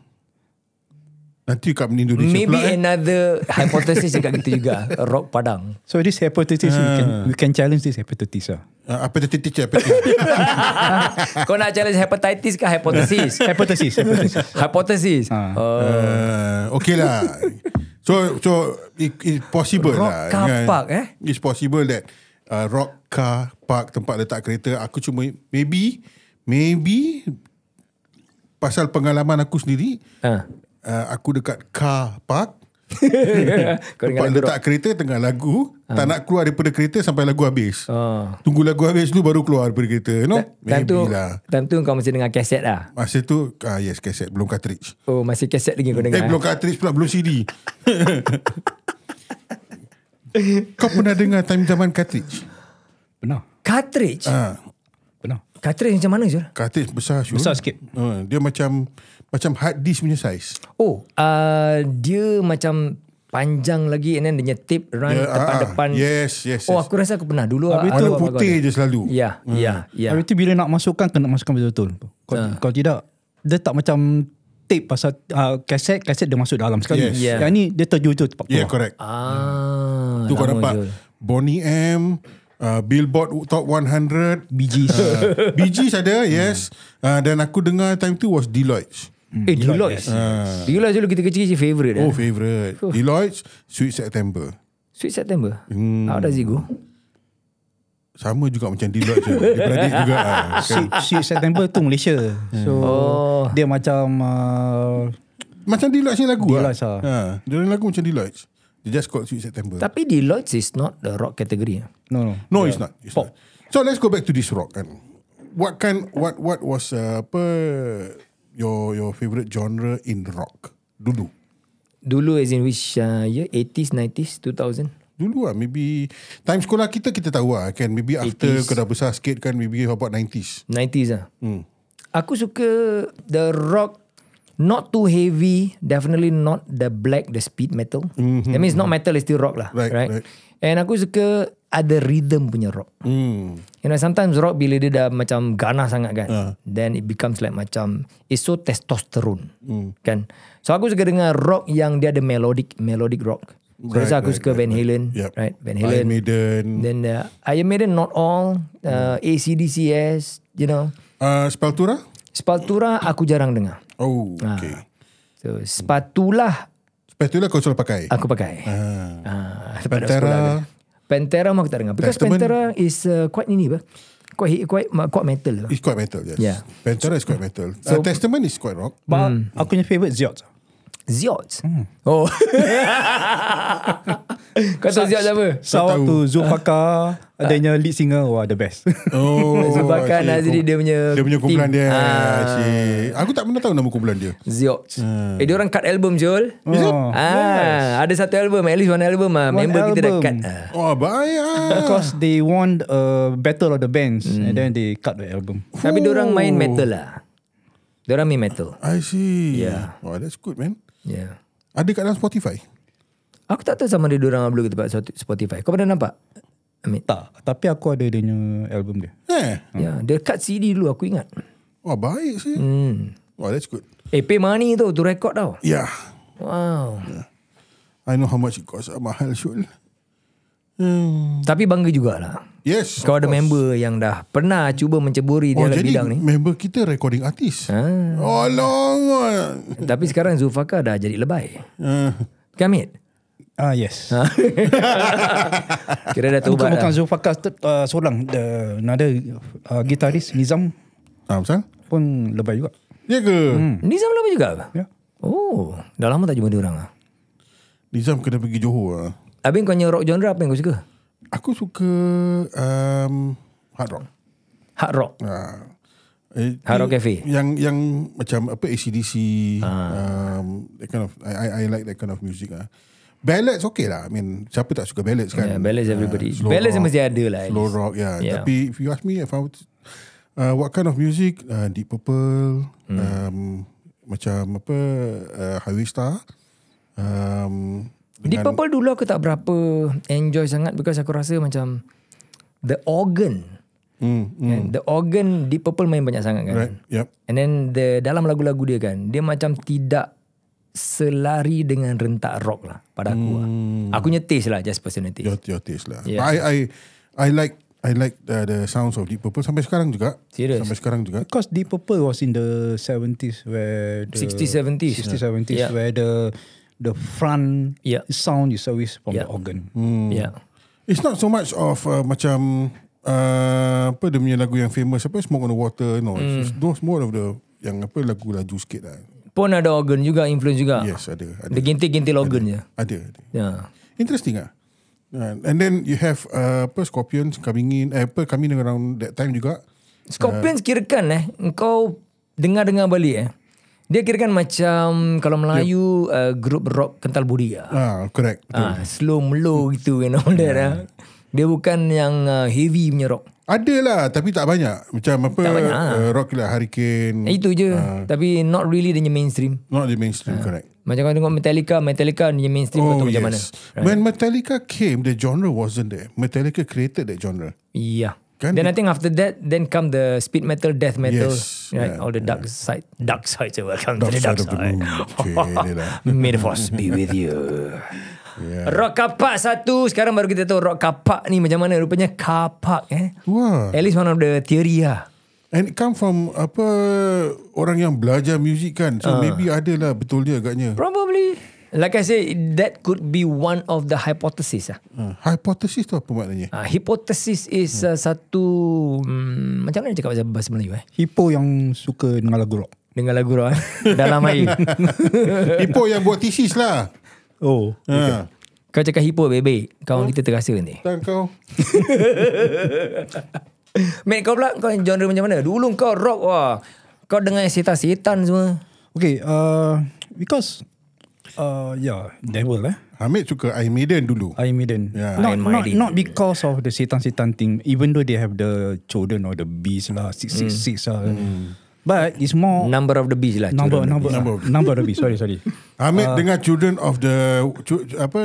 [SPEAKER 1] Nanti kat Indonesia
[SPEAKER 2] Maybe
[SPEAKER 1] pula eh.
[SPEAKER 2] another hypothesis juga gitu juga rock padang.
[SPEAKER 3] So this hypothesis we can we can challenge this hypothesis lah.
[SPEAKER 1] Ah, Apa tu teacher Apa teacher
[SPEAKER 2] Kau nak challenge hepatitis ke hypothesis?
[SPEAKER 3] Hypothesis, hypothesis.
[SPEAKER 2] hypothesis.
[SPEAKER 3] Ha.
[SPEAKER 2] Uh,
[SPEAKER 1] Uh, okay lah. So so it, it's possible
[SPEAKER 2] Rock
[SPEAKER 1] lah.
[SPEAKER 2] car
[SPEAKER 1] dengan-
[SPEAKER 2] park, eh?
[SPEAKER 1] It's possible that uh, rock car park tempat letak kereta. Aku cuma maybe maybe pasal pengalaman aku sendiri.
[SPEAKER 2] Ha.
[SPEAKER 1] Uh, aku dekat car park tempat
[SPEAKER 2] kau dengar lagu rock.
[SPEAKER 1] letak kereta tengah lagu tak nak keluar daripada kereta sampai lagu habis.
[SPEAKER 2] Ah.
[SPEAKER 1] Tunggu lagu habis dulu baru keluar daripada kereta. You know?
[SPEAKER 2] Time
[SPEAKER 1] Maybe
[SPEAKER 2] tu,
[SPEAKER 1] lah.
[SPEAKER 2] time tu kau masih dengar kaset lah.
[SPEAKER 1] Masa tu ah yes kaset belum cartridge.
[SPEAKER 2] Oh, masih kaset lagi
[SPEAKER 1] Eh,
[SPEAKER 2] kau dengar.
[SPEAKER 1] belum cartridge pula, belum CD. Kau pernah dengar time zaman cartridge?
[SPEAKER 3] Benar,
[SPEAKER 2] Cartridge?
[SPEAKER 1] Ha,
[SPEAKER 3] benar.
[SPEAKER 2] Cartridge macam mana je?
[SPEAKER 1] cartridge besar Syul.
[SPEAKER 3] Besar sikit.
[SPEAKER 1] Ha, dia macam macam hard disk punya size.
[SPEAKER 2] Oh, uh, dia macam panjang lagi and then dia punya tape run
[SPEAKER 1] Dia, ah,
[SPEAKER 2] depan-depan.
[SPEAKER 1] ah. Yes, yes,
[SPEAKER 2] Oh,
[SPEAKER 1] yes.
[SPEAKER 2] aku rasa aku pernah dulu.
[SPEAKER 1] Habis
[SPEAKER 2] ah,
[SPEAKER 1] tu
[SPEAKER 2] aku- aku
[SPEAKER 1] putih
[SPEAKER 2] ada.
[SPEAKER 1] je selalu. Hmm.
[SPEAKER 2] Ya, ya, ya.
[SPEAKER 3] Habis tu bila nak masukkan kena masukkan betul-betul. Kalau, kalau tidak dia tak macam tape pasal uh, kaset kaset dia masuk dalam sekali.
[SPEAKER 1] Yes.
[SPEAKER 2] Yeah.
[SPEAKER 3] Yang ni dia terjujur cepat
[SPEAKER 1] Yeah,
[SPEAKER 3] keluar.
[SPEAKER 1] Ya, correct.
[SPEAKER 2] Ah,
[SPEAKER 1] Tu kau
[SPEAKER 2] lama
[SPEAKER 1] dapat
[SPEAKER 2] Zul.
[SPEAKER 1] Bonnie M, uh, Billboard Top 100,
[SPEAKER 3] BG.
[SPEAKER 1] uh, BG's ada, yes. Uh, dan aku dengar time tu was Deloitte.
[SPEAKER 2] Eh, Deloitte. Deloitte dulu kita kecil-kecil favourite.
[SPEAKER 1] Hmm. Oh,
[SPEAKER 2] Oh.
[SPEAKER 1] favourite. Deloitte, Sweet September.
[SPEAKER 2] Sweet September.
[SPEAKER 1] Hmm.
[SPEAKER 2] How does it go?
[SPEAKER 1] Sama juga macam Deloitte je. Dia beradik juga. ah.
[SPEAKER 3] Si, si September tu Malaysia. So
[SPEAKER 2] Oh.
[SPEAKER 3] oh. dia macam uh,
[SPEAKER 1] Macam Deloitte ni lagu
[SPEAKER 3] Deloitte
[SPEAKER 1] lah.
[SPEAKER 3] lah.
[SPEAKER 1] Ha. Dia ada lagu macam Deloitte. They just called Sweet September.
[SPEAKER 2] ah. Tapi Deloitte is not the rock category.
[SPEAKER 3] no no.
[SPEAKER 1] No, it's not. It's not. So let's go back to this rock. Kan. What kind? What what was uh, apa your your favorite genre in rock dulu?
[SPEAKER 2] Dulu as in which uh, year? 80s, 90s, 2000?
[SPEAKER 1] Dulu lah maybe time sekolah kita kita tahu lah kan maybe after 80s. kau dah besar sikit kan maybe about 90s.
[SPEAKER 2] 90s lah. Hmm. Aku suka the rock not too heavy, definitely not the black, the speed metal. Mm-hmm. That means not metal, it's still rock lah.
[SPEAKER 1] Right,
[SPEAKER 2] Right, right?
[SPEAKER 1] right.
[SPEAKER 2] And aku suka ada rhythm punya rock.
[SPEAKER 1] Hmm.
[SPEAKER 2] You know, sometimes rock bila dia dah macam ganas sangat kan,
[SPEAKER 1] Ah.
[SPEAKER 2] uh. then it becomes like macam, it's so testosterone.
[SPEAKER 1] Hmm.
[SPEAKER 2] Mm. Kan? So aku suka dengar rock yang dia ada melodic, melodic rock. So
[SPEAKER 1] Hmm. Right,
[SPEAKER 2] right, aku
[SPEAKER 1] right,
[SPEAKER 2] suka
[SPEAKER 1] right,
[SPEAKER 2] Van Halen,
[SPEAKER 1] Yep.
[SPEAKER 2] right? Van
[SPEAKER 1] Iron
[SPEAKER 2] Halen.
[SPEAKER 1] Maiden. Hmm.
[SPEAKER 2] Then uh, Iron Maiden, not all. Uh, ACDCS, you know.
[SPEAKER 1] Uh, Speltura?
[SPEAKER 2] Spatula aku jarang dengar.
[SPEAKER 1] Oh,
[SPEAKER 2] Ah.
[SPEAKER 1] okay.
[SPEAKER 2] So, spatula
[SPEAKER 1] Spatula kau selalu pakai.
[SPEAKER 2] aku pakai. Uh,
[SPEAKER 1] Ah.
[SPEAKER 2] uh,
[SPEAKER 1] Pantera.
[SPEAKER 2] Pantera aku tak dengar. Because
[SPEAKER 1] Testament.
[SPEAKER 2] Pantera is uh, quite ini apa? Quite, quite, quite metal. lah.
[SPEAKER 1] It's quite metal, yes.
[SPEAKER 2] Yeah.
[SPEAKER 1] Pantera is quite metal. uh, Testament is quite rock.
[SPEAKER 3] But
[SPEAKER 2] Hmm.
[SPEAKER 3] aku punya favorite Ziot.
[SPEAKER 2] Ziot. Oh. Kau tahu Ziot siapa? Ah.
[SPEAKER 3] So waktu Zulfakar adanya lead singer wah the best.
[SPEAKER 1] Oh,
[SPEAKER 2] Zulfakar
[SPEAKER 1] asyik.
[SPEAKER 2] Nazri dia punya
[SPEAKER 1] Dia punya
[SPEAKER 2] team.
[SPEAKER 1] kumpulan dia.
[SPEAKER 2] Ah.
[SPEAKER 1] Asyik. Aku tak pernah tahu nama kumpulan dia.
[SPEAKER 2] Ziot. Eh, diorang cut album, Jol.
[SPEAKER 3] Oh.
[SPEAKER 2] Ah, Ada satu album, at least one album. ah.
[SPEAKER 3] One
[SPEAKER 2] Member kita dah
[SPEAKER 3] album.
[SPEAKER 2] cut. Ah.
[SPEAKER 1] Oh, baik ah.
[SPEAKER 3] Because they won uh, Battle of the Bands and
[SPEAKER 2] Hmm.
[SPEAKER 3] then they cut the album.
[SPEAKER 2] Tapi diorang main metal lah. Diorang main metal.
[SPEAKER 1] I see.
[SPEAKER 2] Yeah.
[SPEAKER 1] Oh, that's good, man.
[SPEAKER 2] Yeah.
[SPEAKER 1] Ada kat dalam Spotify?
[SPEAKER 2] Aku tak tahu sama ada diorang upload ke tempat Sot- Spotify. Kau pernah nampak? Amit.
[SPEAKER 3] Tak, tapi aku ada dia punya album dia.
[SPEAKER 1] Eh.
[SPEAKER 2] Ya, dia cut CD dulu aku ingat.
[SPEAKER 1] Oh, baik sih.
[SPEAKER 2] Hmm.
[SPEAKER 1] Oh, that's good.
[SPEAKER 2] Eh, pay money tu, tu record tau.
[SPEAKER 1] Yeah.
[SPEAKER 2] Wow.
[SPEAKER 1] I know how much it costs. Ah, Mahal, Syul. Hmm.
[SPEAKER 2] Tapi bangga jugalah.
[SPEAKER 1] Yes.
[SPEAKER 2] Kau ada member yang dah pernah cuba menceburi
[SPEAKER 1] Oh,
[SPEAKER 2] dalam
[SPEAKER 1] jadi
[SPEAKER 2] bidang ni.
[SPEAKER 1] member kita recording artis. Ah. Alamak.
[SPEAKER 2] Tapi sekarang Zulfakar dah jadi lebay.
[SPEAKER 1] Ah.
[SPEAKER 2] Kan, Amit?
[SPEAKER 3] Ah yes.
[SPEAKER 2] Ha? Kira dah
[SPEAKER 3] Bukan,
[SPEAKER 2] tobat
[SPEAKER 3] bukan
[SPEAKER 2] lah.
[SPEAKER 3] Zulfakar uh, seorang. The, another uh, gitaris Nizam
[SPEAKER 1] Ah, pasal?
[SPEAKER 3] pun lebay juga.
[SPEAKER 1] Ya ke? Hmm.
[SPEAKER 2] Nizam lama juga ke?
[SPEAKER 3] Ya.
[SPEAKER 2] Oh, dah lama tak jumpa diorang lah.
[SPEAKER 1] Nizam kena pergi Johor ah.
[SPEAKER 2] Abang kau punya rock genre apa yang kau suka?
[SPEAKER 1] Aku suka um, hard rock.
[SPEAKER 2] Hard rock.
[SPEAKER 1] Ha. Eh,
[SPEAKER 2] Hard Rock
[SPEAKER 1] ni-
[SPEAKER 2] Cafe?
[SPEAKER 1] Yang yang macam apa ACDC
[SPEAKER 2] Ah.
[SPEAKER 1] um, that kind of I, I, I like that kind of music ah. Ballads okay lah. I mean siapa tak suka ballads kan?
[SPEAKER 2] Yeah, ballads everybody.
[SPEAKER 1] slow
[SPEAKER 2] Ballads mesti ada lah at
[SPEAKER 1] Slow
[SPEAKER 2] least.
[SPEAKER 1] rock yeah.
[SPEAKER 2] Yeah.
[SPEAKER 1] Tapi if you ask me if I would, uh, what kind of music uh, Deep Purple
[SPEAKER 2] Hmm.
[SPEAKER 1] um, macam apa uh, Highway Star um,
[SPEAKER 2] Deep
[SPEAKER 1] dengan-
[SPEAKER 2] Purple dulu aku tak berapa enjoy sangat because aku rasa macam the organ.
[SPEAKER 1] mm, mm,
[SPEAKER 2] Kan? The organ Deep Purple main banyak sangat kan.
[SPEAKER 1] right yep
[SPEAKER 2] And then the dalam lagu-lagu dia kan, dia macam tidak selari dengan rentak rock lah pada aku lah.
[SPEAKER 1] Hmm.
[SPEAKER 2] Aku punya taste lah just personal
[SPEAKER 1] your
[SPEAKER 2] taste.
[SPEAKER 1] your taste lah.
[SPEAKER 2] Yeah.
[SPEAKER 1] Yeah. I I I like I like the, the sounds of Deep Purple sampai sekarang juga.
[SPEAKER 2] Serious?
[SPEAKER 1] Sampai sekarang juga.
[SPEAKER 3] Because Deep Purple was in the 70s where the
[SPEAKER 2] 60s, 70s.
[SPEAKER 3] 60s, 70s
[SPEAKER 2] Yeah.
[SPEAKER 3] where the the front
[SPEAKER 2] Yeah.
[SPEAKER 3] sound is always from
[SPEAKER 2] Yeah.
[SPEAKER 3] the organ.
[SPEAKER 1] Hmm.
[SPEAKER 2] Yeah.
[SPEAKER 1] It's not so much of uh, macam uh, apa dia punya lagu yang famous apa Smoke on the Water no.
[SPEAKER 2] Hmm.
[SPEAKER 1] Mm. It's those more of the yang apa lagu laju sikit lah.
[SPEAKER 2] Pun ada organ juga, influence juga.
[SPEAKER 1] Yes, ada. Ya, Ada.
[SPEAKER 2] Dia gintil-gintil organ je. Ya.
[SPEAKER 1] ada, ada.
[SPEAKER 2] Yeah.
[SPEAKER 1] Interesting ah. Uh, and then you have uh, apa Scorpions coming in eh, apa coming around that time juga.
[SPEAKER 2] Scorpions kirakan eh Engkau Dengar-dengar balik eh Dia kirakan macam Kalau
[SPEAKER 1] Ya.
[SPEAKER 2] Melayu uh, Grup rock kental budi lah
[SPEAKER 1] Ah, correct.
[SPEAKER 2] ah, Slow mellow
[SPEAKER 1] Hmm.
[SPEAKER 2] gitu And all
[SPEAKER 1] Ya.
[SPEAKER 2] that lah Dia bukan yang uh, Heavy punya rock
[SPEAKER 1] Ada lah tapi tak banyak. Macam apa
[SPEAKER 2] Tak banyak, ah.
[SPEAKER 1] uh, Rock lah Hurricane.
[SPEAKER 2] Eh, Itu je
[SPEAKER 1] Ah.
[SPEAKER 2] Tapi not really Dia punya mainstream
[SPEAKER 1] Not the mainstream,
[SPEAKER 2] ah.
[SPEAKER 1] correct.
[SPEAKER 2] Macam kau tengok Metallica Metallica dia punya mainstream
[SPEAKER 1] Oh,
[SPEAKER 2] Kau tahu macam mana
[SPEAKER 1] When Metallica came, the genre wasn't there. Metallica created that genre.
[SPEAKER 2] Ya
[SPEAKER 1] Kan?
[SPEAKER 2] Then I think after that, then come the speed metal, death metal,
[SPEAKER 1] Yes,
[SPEAKER 2] right?
[SPEAKER 1] yeah,
[SPEAKER 2] All the dark side, dark sides. are Welcome
[SPEAKER 1] Dark
[SPEAKER 2] to the dark
[SPEAKER 1] side of the
[SPEAKER 2] side.
[SPEAKER 1] moon. Okey, inilah.
[SPEAKER 2] May the force be with you. Rock kapak satu Sekarang baru kita tahu Rock kapak ni macam mana Rupanya kapak eh
[SPEAKER 1] Wah.
[SPEAKER 2] At least one of the theory lah
[SPEAKER 1] And it come from apa orang yang belajar muzik kan. So uh. maybe ada lah betul dia agaknya.
[SPEAKER 2] Probably Like I say That could be one of the hypothesis lah
[SPEAKER 1] Uh. Hypothesis tu apa maknanya?
[SPEAKER 2] Uh, hypothesis is uh, satu um, macam mana cakap bahasa bahasa Melayu eh
[SPEAKER 3] Hippo yang suka dengan lagu rock.
[SPEAKER 2] dengan lagu rock eh? dalam air.
[SPEAKER 1] Hippo yang buat thesis lah.
[SPEAKER 3] Oh.
[SPEAKER 1] Ha.
[SPEAKER 2] Kau cakap hipo baik-baik. Kawan kita terasa nanti.
[SPEAKER 1] Dan kau
[SPEAKER 2] Mate kau pula kau genre macam mana? Dulu kau rock wah. Kau dengar setan-setan semua.
[SPEAKER 3] Okay, uh, because uh, yeah, devil eh.
[SPEAKER 1] Hamid suka Iron Maiden dulu.
[SPEAKER 3] Iron Maiden.
[SPEAKER 1] Yeah.
[SPEAKER 3] Not,
[SPEAKER 2] Iron
[SPEAKER 3] not,
[SPEAKER 2] Maiden.
[SPEAKER 3] not because of the setan-setan thing, even though they have the children or the beast lah, 666 lah.
[SPEAKER 1] Mm.
[SPEAKER 3] But it's more
[SPEAKER 2] Number of the Beast lah.
[SPEAKER 3] number,
[SPEAKER 2] Children of
[SPEAKER 3] number,
[SPEAKER 2] the
[SPEAKER 3] number, number of the beast. Sorry, sorry.
[SPEAKER 1] Hamid uh. dengar Children of the chu, apa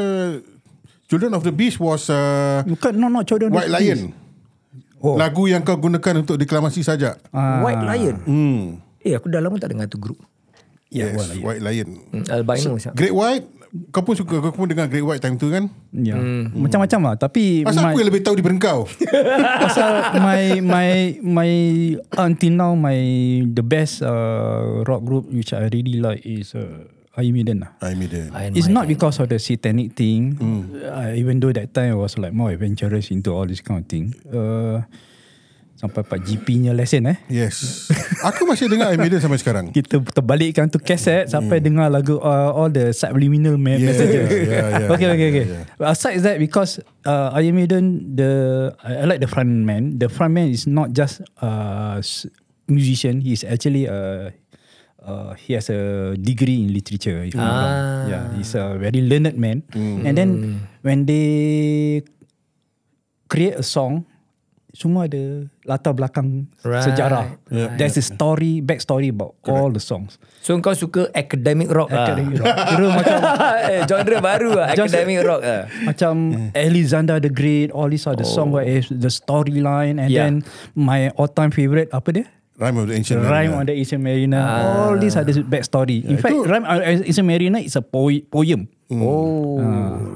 [SPEAKER 1] Children of the Beast was uh,
[SPEAKER 3] Bukan, not, not children. of
[SPEAKER 1] White
[SPEAKER 3] the
[SPEAKER 1] Lion. Oh.
[SPEAKER 3] Oh.
[SPEAKER 1] Lagu yang kau gunakan untuk deklamasi saja.
[SPEAKER 2] Beast. Ah. White Lion. Hmm. Eh aku dah lama tak dengar tu grup.
[SPEAKER 3] Beast.
[SPEAKER 1] yes,
[SPEAKER 3] Yeah, well,
[SPEAKER 1] White Lion. White Lion.
[SPEAKER 2] Hmm, Albino so,
[SPEAKER 1] Great White, kau pun suka, kau pun dengar Great White time tu kan?
[SPEAKER 3] yeah. Macam-macam lah. Tapi
[SPEAKER 1] Asal
[SPEAKER 3] my,
[SPEAKER 1] aku yang lebih tahu daripada kau?
[SPEAKER 3] pasal my, my, my, until now, my, the best uh, rock group which I really like is uh, Iron Maiden lah.
[SPEAKER 1] Iron Maiden.
[SPEAKER 3] It's not because of the satanic thing. Uh, even though that time I was like more adventurous into all this kind of thing. Uh, sampai Pak GP nya lesson eh.
[SPEAKER 1] Yes. aku masih dengar Iron Maiden sampai sekarang.
[SPEAKER 3] Kita terbalikkan tu kaset sampai dengar lagu uh, all the subliminal me-
[SPEAKER 1] Hmm. Yeah, yeah,
[SPEAKER 3] messages.
[SPEAKER 1] yeah,
[SPEAKER 3] okay,
[SPEAKER 1] yeah,
[SPEAKER 3] okay,
[SPEAKER 1] yeah,
[SPEAKER 3] okay. But Aside that because uh, Iron Maiden the I, I like the front man. The front man is not just uh, s- musician. He's actually a uh, he has a degree in literature. If ah. I'm wrong. Yeah, he's a very learned man.
[SPEAKER 1] Hmm.
[SPEAKER 3] Mm. And then when they create a song, semua ada latar belakang
[SPEAKER 2] Right.
[SPEAKER 3] right. sejarah. Yeah. There's a story, backstory about Correct. all the songs.
[SPEAKER 2] So kau suka academic rock
[SPEAKER 3] Academic
[SPEAKER 2] lah.
[SPEAKER 3] rock. Kira macam
[SPEAKER 2] Eh, genre baru lah.
[SPEAKER 3] Just-
[SPEAKER 2] academic rock lah.
[SPEAKER 3] macam Alexander the Great, all these are the oh. song where is the storyline and
[SPEAKER 2] Yeah.
[SPEAKER 3] yeah. then my all-time favorite apa dia?
[SPEAKER 1] Rhyme ya. of the Ancient
[SPEAKER 3] Rhyme Ah.
[SPEAKER 1] Mariner.
[SPEAKER 3] on the Asian Mariner. All these are the backstory. In fact, Rhyme on the Asian Mariner is a poe- poem.
[SPEAKER 2] Oh.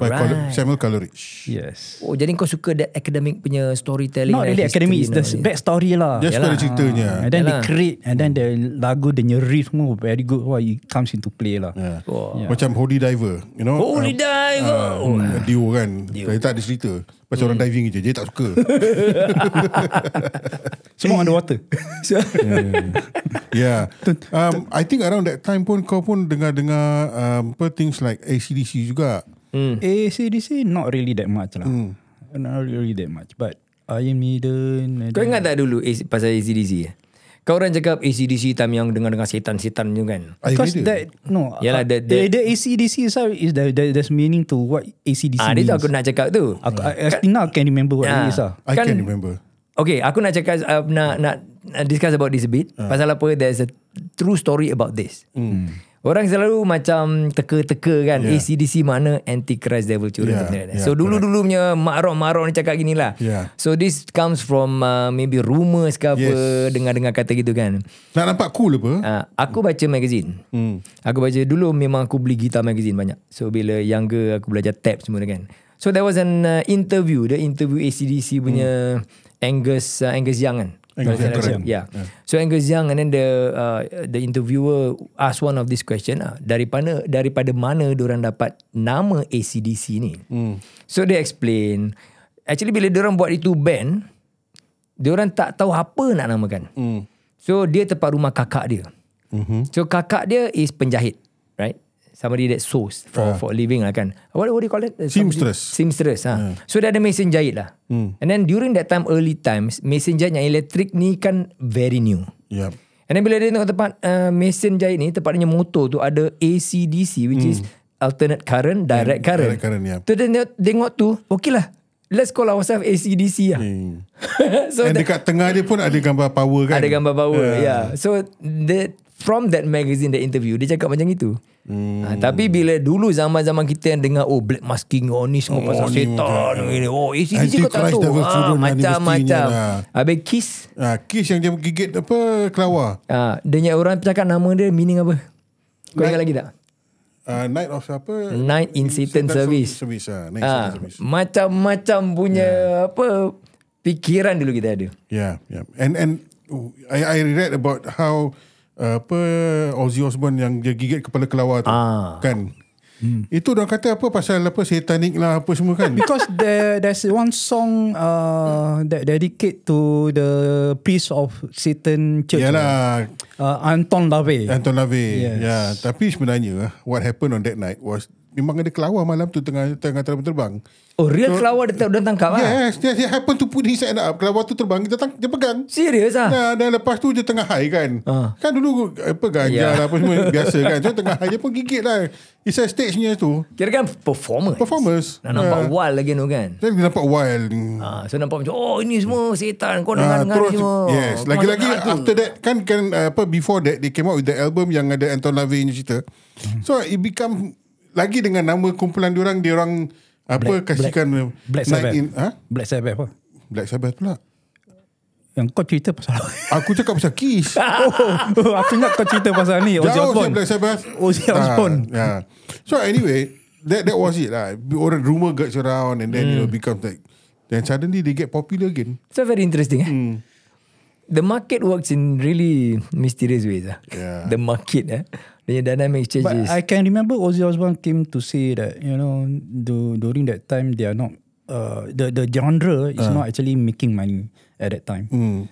[SPEAKER 1] By Col-
[SPEAKER 2] right.
[SPEAKER 1] Samuel Coleridge.
[SPEAKER 3] Yes.
[SPEAKER 2] Oh jadi kau suka that academic punya storytelling
[SPEAKER 3] Not
[SPEAKER 2] and
[SPEAKER 3] really
[SPEAKER 2] history
[SPEAKER 3] academic, it's the
[SPEAKER 2] and all that.
[SPEAKER 3] backstory lah. Ah,
[SPEAKER 1] Dia suka ada ceritanya.
[SPEAKER 3] And then
[SPEAKER 2] Yalah.
[SPEAKER 3] they create and then the lagu dia punya riff semua very good why it comes into play lah.
[SPEAKER 1] Yeah.
[SPEAKER 2] Wah.
[SPEAKER 1] Ya. Yeah. Macam Holy Diver. You know?
[SPEAKER 2] Holy Diver.
[SPEAKER 1] Uh, uh, Dio kan. Dia tak ada cerita. Macam orang diving je. Dia tak suka.
[SPEAKER 3] Semua underwater.
[SPEAKER 1] yeah. Um, I think around that time pun kau pun dengar-dengar um, apa, things like ACDC juga.
[SPEAKER 2] Hmm.
[SPEAKER 3] ACDC not really that much lah. Not really that much but Iron Maiden and
[SPEAKER 2] Kau ingat tak dulu AC, pasal ACDC? Kau orang cakap ACDC time yang dengar-dengar setan-setan tu kan?
[SPEAKER 1] Iron
[SPEAKER 3] Because
[SPEAKER 1] Maiden.
[SPEAKER 3] that no,
[SPEAKER 2] Yalah,
[SPEAKER 3] Yalah,
[SPEAKER 2] that-
[SPEAKER 3] the,
[SPEAKER 2] that-
[SPEAKER 3] the, the ACDC is how- is the, the, there's meaning to what ACDC
[SPEAKER 2] Ah, dia
[SPEAKER 3] means.
[SPEAKER 2] tu aku nak cakap tu.
[SPEAKER 1] Ah.
[SPEAKER 3] aku, I, I still now can remember what it
[SPEAKER 2] Ah.
[SPEAKER 3] is lah.
[SPEAKER 1] I
[SPEAKER 2] Kan-
[SPEAKER 1] can remember.
[SPEAKER 2] Okay, aku nak cakap uh, nak nak uh, discuss about this a bit.
[SPEAKER 1] Ah.
[SPEAKER 2] Uh. Pasal apa there's a true story about this.
[SPEAKER 1] Hmm.
[SPEAKER 2] Mm. Orang selalu macam teka-teka kan yeah. ACDC mana Antichrist Devil Children
[SPEAKER 1] Yeah,
[SPEAKER 2] yeah, yeah,
[SPEAKER 1] yeah,
[SPEAKER 2] So dulu-dulu punya makrok-makrok ni cakap gini lah
[SPEAKER 1] Yeah.
[SPEAKER 2] So this comes from uh, maybe rumours ke apa
[SPEAKER 1] Yes.
[SPEAKER 2] Dengar-dengar kata gitu kan
[SPEAKER 1] Nak nampak cool apa?
[SPEAKER 2] Uh, aku baca magazine. Hmm. Aku baca dulu memang aku beli gitar magazine banyak. So bila younger aku belajar tab semua tu kan. So there was an uh, interview, the interview ACDC punya Angus uh, Angus Young kan.
[SPEAKER 1] Hmm. Angus Young, correct.
[SPEAKER 2] Yeah. Ya. So Angus Young and then the uh, the interviewer asked one of this question ah, daripada daripada mana diorang dapat nama ACDC ni. Hmm. So they explain actually bila diorang buat itu band Diorang tak tahu apa nak namakan. Mm. So dia tempat rumah kakak dia. Mm-hmm. So kakak dia is penjahit, right? Somebody that sews for uh. for a living lah kan. What, what do you call it? Uh, somebody-
[SPEAKER 1] Seamstress.
[SPEAKER 2] Seamstress. Ha.
[SPEAKER 1] Hmm.
[SPEAKER 2] So dia ada mesin jahit lah. Mm. And then during that time early times, mesin jahit yang elektrik ni kan very new.
[SPEAKER 1] Yeah.
[SPEAKER 2] And then bila dia tengok tempat uh, mesin jahit ni, tempat dia punya motor tu ada ACDC which is alternate current, direct current.
[SPEAKER 1] Hmm. direct current, ya. yeah.
[SPEAKER 2] Tu dia tengok- tengok tu, okay lah. Let's call ourselves ACDC lah.
[SPEAKER 1] Hmm.
[SPEAKER 2] so
[SPEAKER 1] And
[SPEAKER 2] that-
[SPEAKER 1] dekat tengah dia pun ada gambar power kan?
[SPEAKER 2] ada gambar power yeah. yeah so the from that magazine that interview dia cakap macam itu. Hmm. Ha, tapi bila dulu zaman-zaman kita yang dengar oh black masking oh ni semua oh, pasal
[SPEAKER 1] ni
[SPEAKER 2] setan
[SPEAKER 1] macam-
[SPEAKER 2] ni. Oh ACDC kau tak
[SPEAKER 1] Antichrist
[SPEAKER 2] tahu.
[SPEAKER 1] devil
[SPEAKER 2] Ha,
[SPEAKER 1] children lah, ni
[SPEAKER 2] macam-macam.
[SPEAKER 1] mestinya lah.
[SPEAKER 2] Habis kiss
[SPEAKER 1] Ah, Kiss yang dia gigit apa kelawar.
[SPEAKER 2] ha, dia punya orang cakap nama dia meaning apa? Kau ingat lagi tak?
[SPEAKER 1] Ah, night of apa?
[SPEAKER 2] Night in Satan Service.
[SPEAKER 1] Service ah, night in
[SPEAKER 2] Ha,
[SPEAKER 1] Satan service.
[SPEAKER 2] macam-macam punya apa fikiran dulu kita ada.
[SPEAKER 1] Yeah, yeah. And and oh, I I read about how uh, apa Ozzy Osbourne yang dia gigit kepala kelawar tu
[SPEAKER 2] Ah.
[SPEAKER 1] kan. Hmm. Itu orang kata apa pasal apa satanic lah apa semua kan.
[SPEAKER 3] Because there there's one song uh, that dedicate to the priest of Satan Church.
[SPEAKER 1] Yalah
[SPEAKER 3] Uh, Anton Lavey.
[SPEAKER 1] Ya lah, Anton Lavey.
[SPEAKER 3] Yes.
[SPEAKER 1] Ya, yeah. tapi sebenarnya what happened on that night was memang ada kelawar malam tu tengah tengah terbang.
[SPEAKER 2] Oh real kelawar dia, dia tangkap ah.
[SPEAKER 1] Yes, yes, he happened to put his hand up. Kelawar tu terbang, dia, tang, dia pegang.
[SPEAKER 2] Serius ah.
[SPEAKER 1] Nah, dan lepas tu dia tengah high kan.
[SPEAKER 2] Ah.
[SPEAKER 1] Kan dulu apa ganja
[SPEAKER 2] Ya.
[SPEAKER 1] lah apa semua biasa kan. So tengah high dia pun gigit lah. It's a stage-nya tu.
[SPEAKER 2] Kira kan performance.
[SPEAKER 1] Performance.
[SPEAKER 2] Nak nampak
[SPEAKER 1] Ah.
[SPEAKER 2] wall lagi tu kan.
[SPEAKER 1] Then dia nampak wild.
[SPEAKER 2] Ah, so nampak macam oh ini semua setan kau
[SPEAKER 1] Ah,
[SPEAKER 2] dengar-dengar ni semua.
[SPEAKER 1] yes.
[SPEAKER 2] Kau
[SPEAKER 1] Lagi-lagi
[SPEAKER 2] dengar tu.
[SPEAKER 1] after that kan kan uh, apa before that they came out with the album yang ada Anton LaVey ni cerita.
[SPEAKER 2] Hmm.
[SPEAKER 1] So it become lagi dengan nama kumpulan diorang diorang apa
[SPEAKER 3] Black-
[SPEAKER 1] kasihkan
[SPEAKER 3] Black
[SPEAKER 1] Night
[SPEAKER 3] Sabbath.
[SPEAKER 1] in, ha?
[SPEAKER 3] Black Sabbath apa?
[SPEAKER 1] Black Sabbath pula.
[SPEAKER 3] Yang kau cerita pasal
[SPEAKER 1] Aku cakap pasal Kiss.
[SPEAKER 3] oh, Aku ingat kau cerita pasal ni Ozzy
[SPEAKER 1] Jauh saya
[SPEAKER 3] Osbourne
[SPEAKER 1] Black Sabbath
[SPEAKER 3] Ozzy Osbourne
[SPEAKER 1] ah, yeah. So anyway That that was it lah Orang rumor gets around And then mm. you
[SPEAKER 3] Hmm.
[SPEAKER 1] know Become like Then suddenly they get popular again
[SPEAKER 2] So very interesting eh.
[SPEAKER 1] Hmm.
[SPEAKER 2] The market works in really mysterious ways ah.
[SPEAKER 1] Yeah.
[SPEAKER 2] The market eh. The dynamic
[SPEAKER 3] But
[SPEAKER 2] changes.
[SPEAKER 3] I can remember Ozzy Osbourne came to say that you know do, during that time they are not uh, the the genre is not actually making money at that time.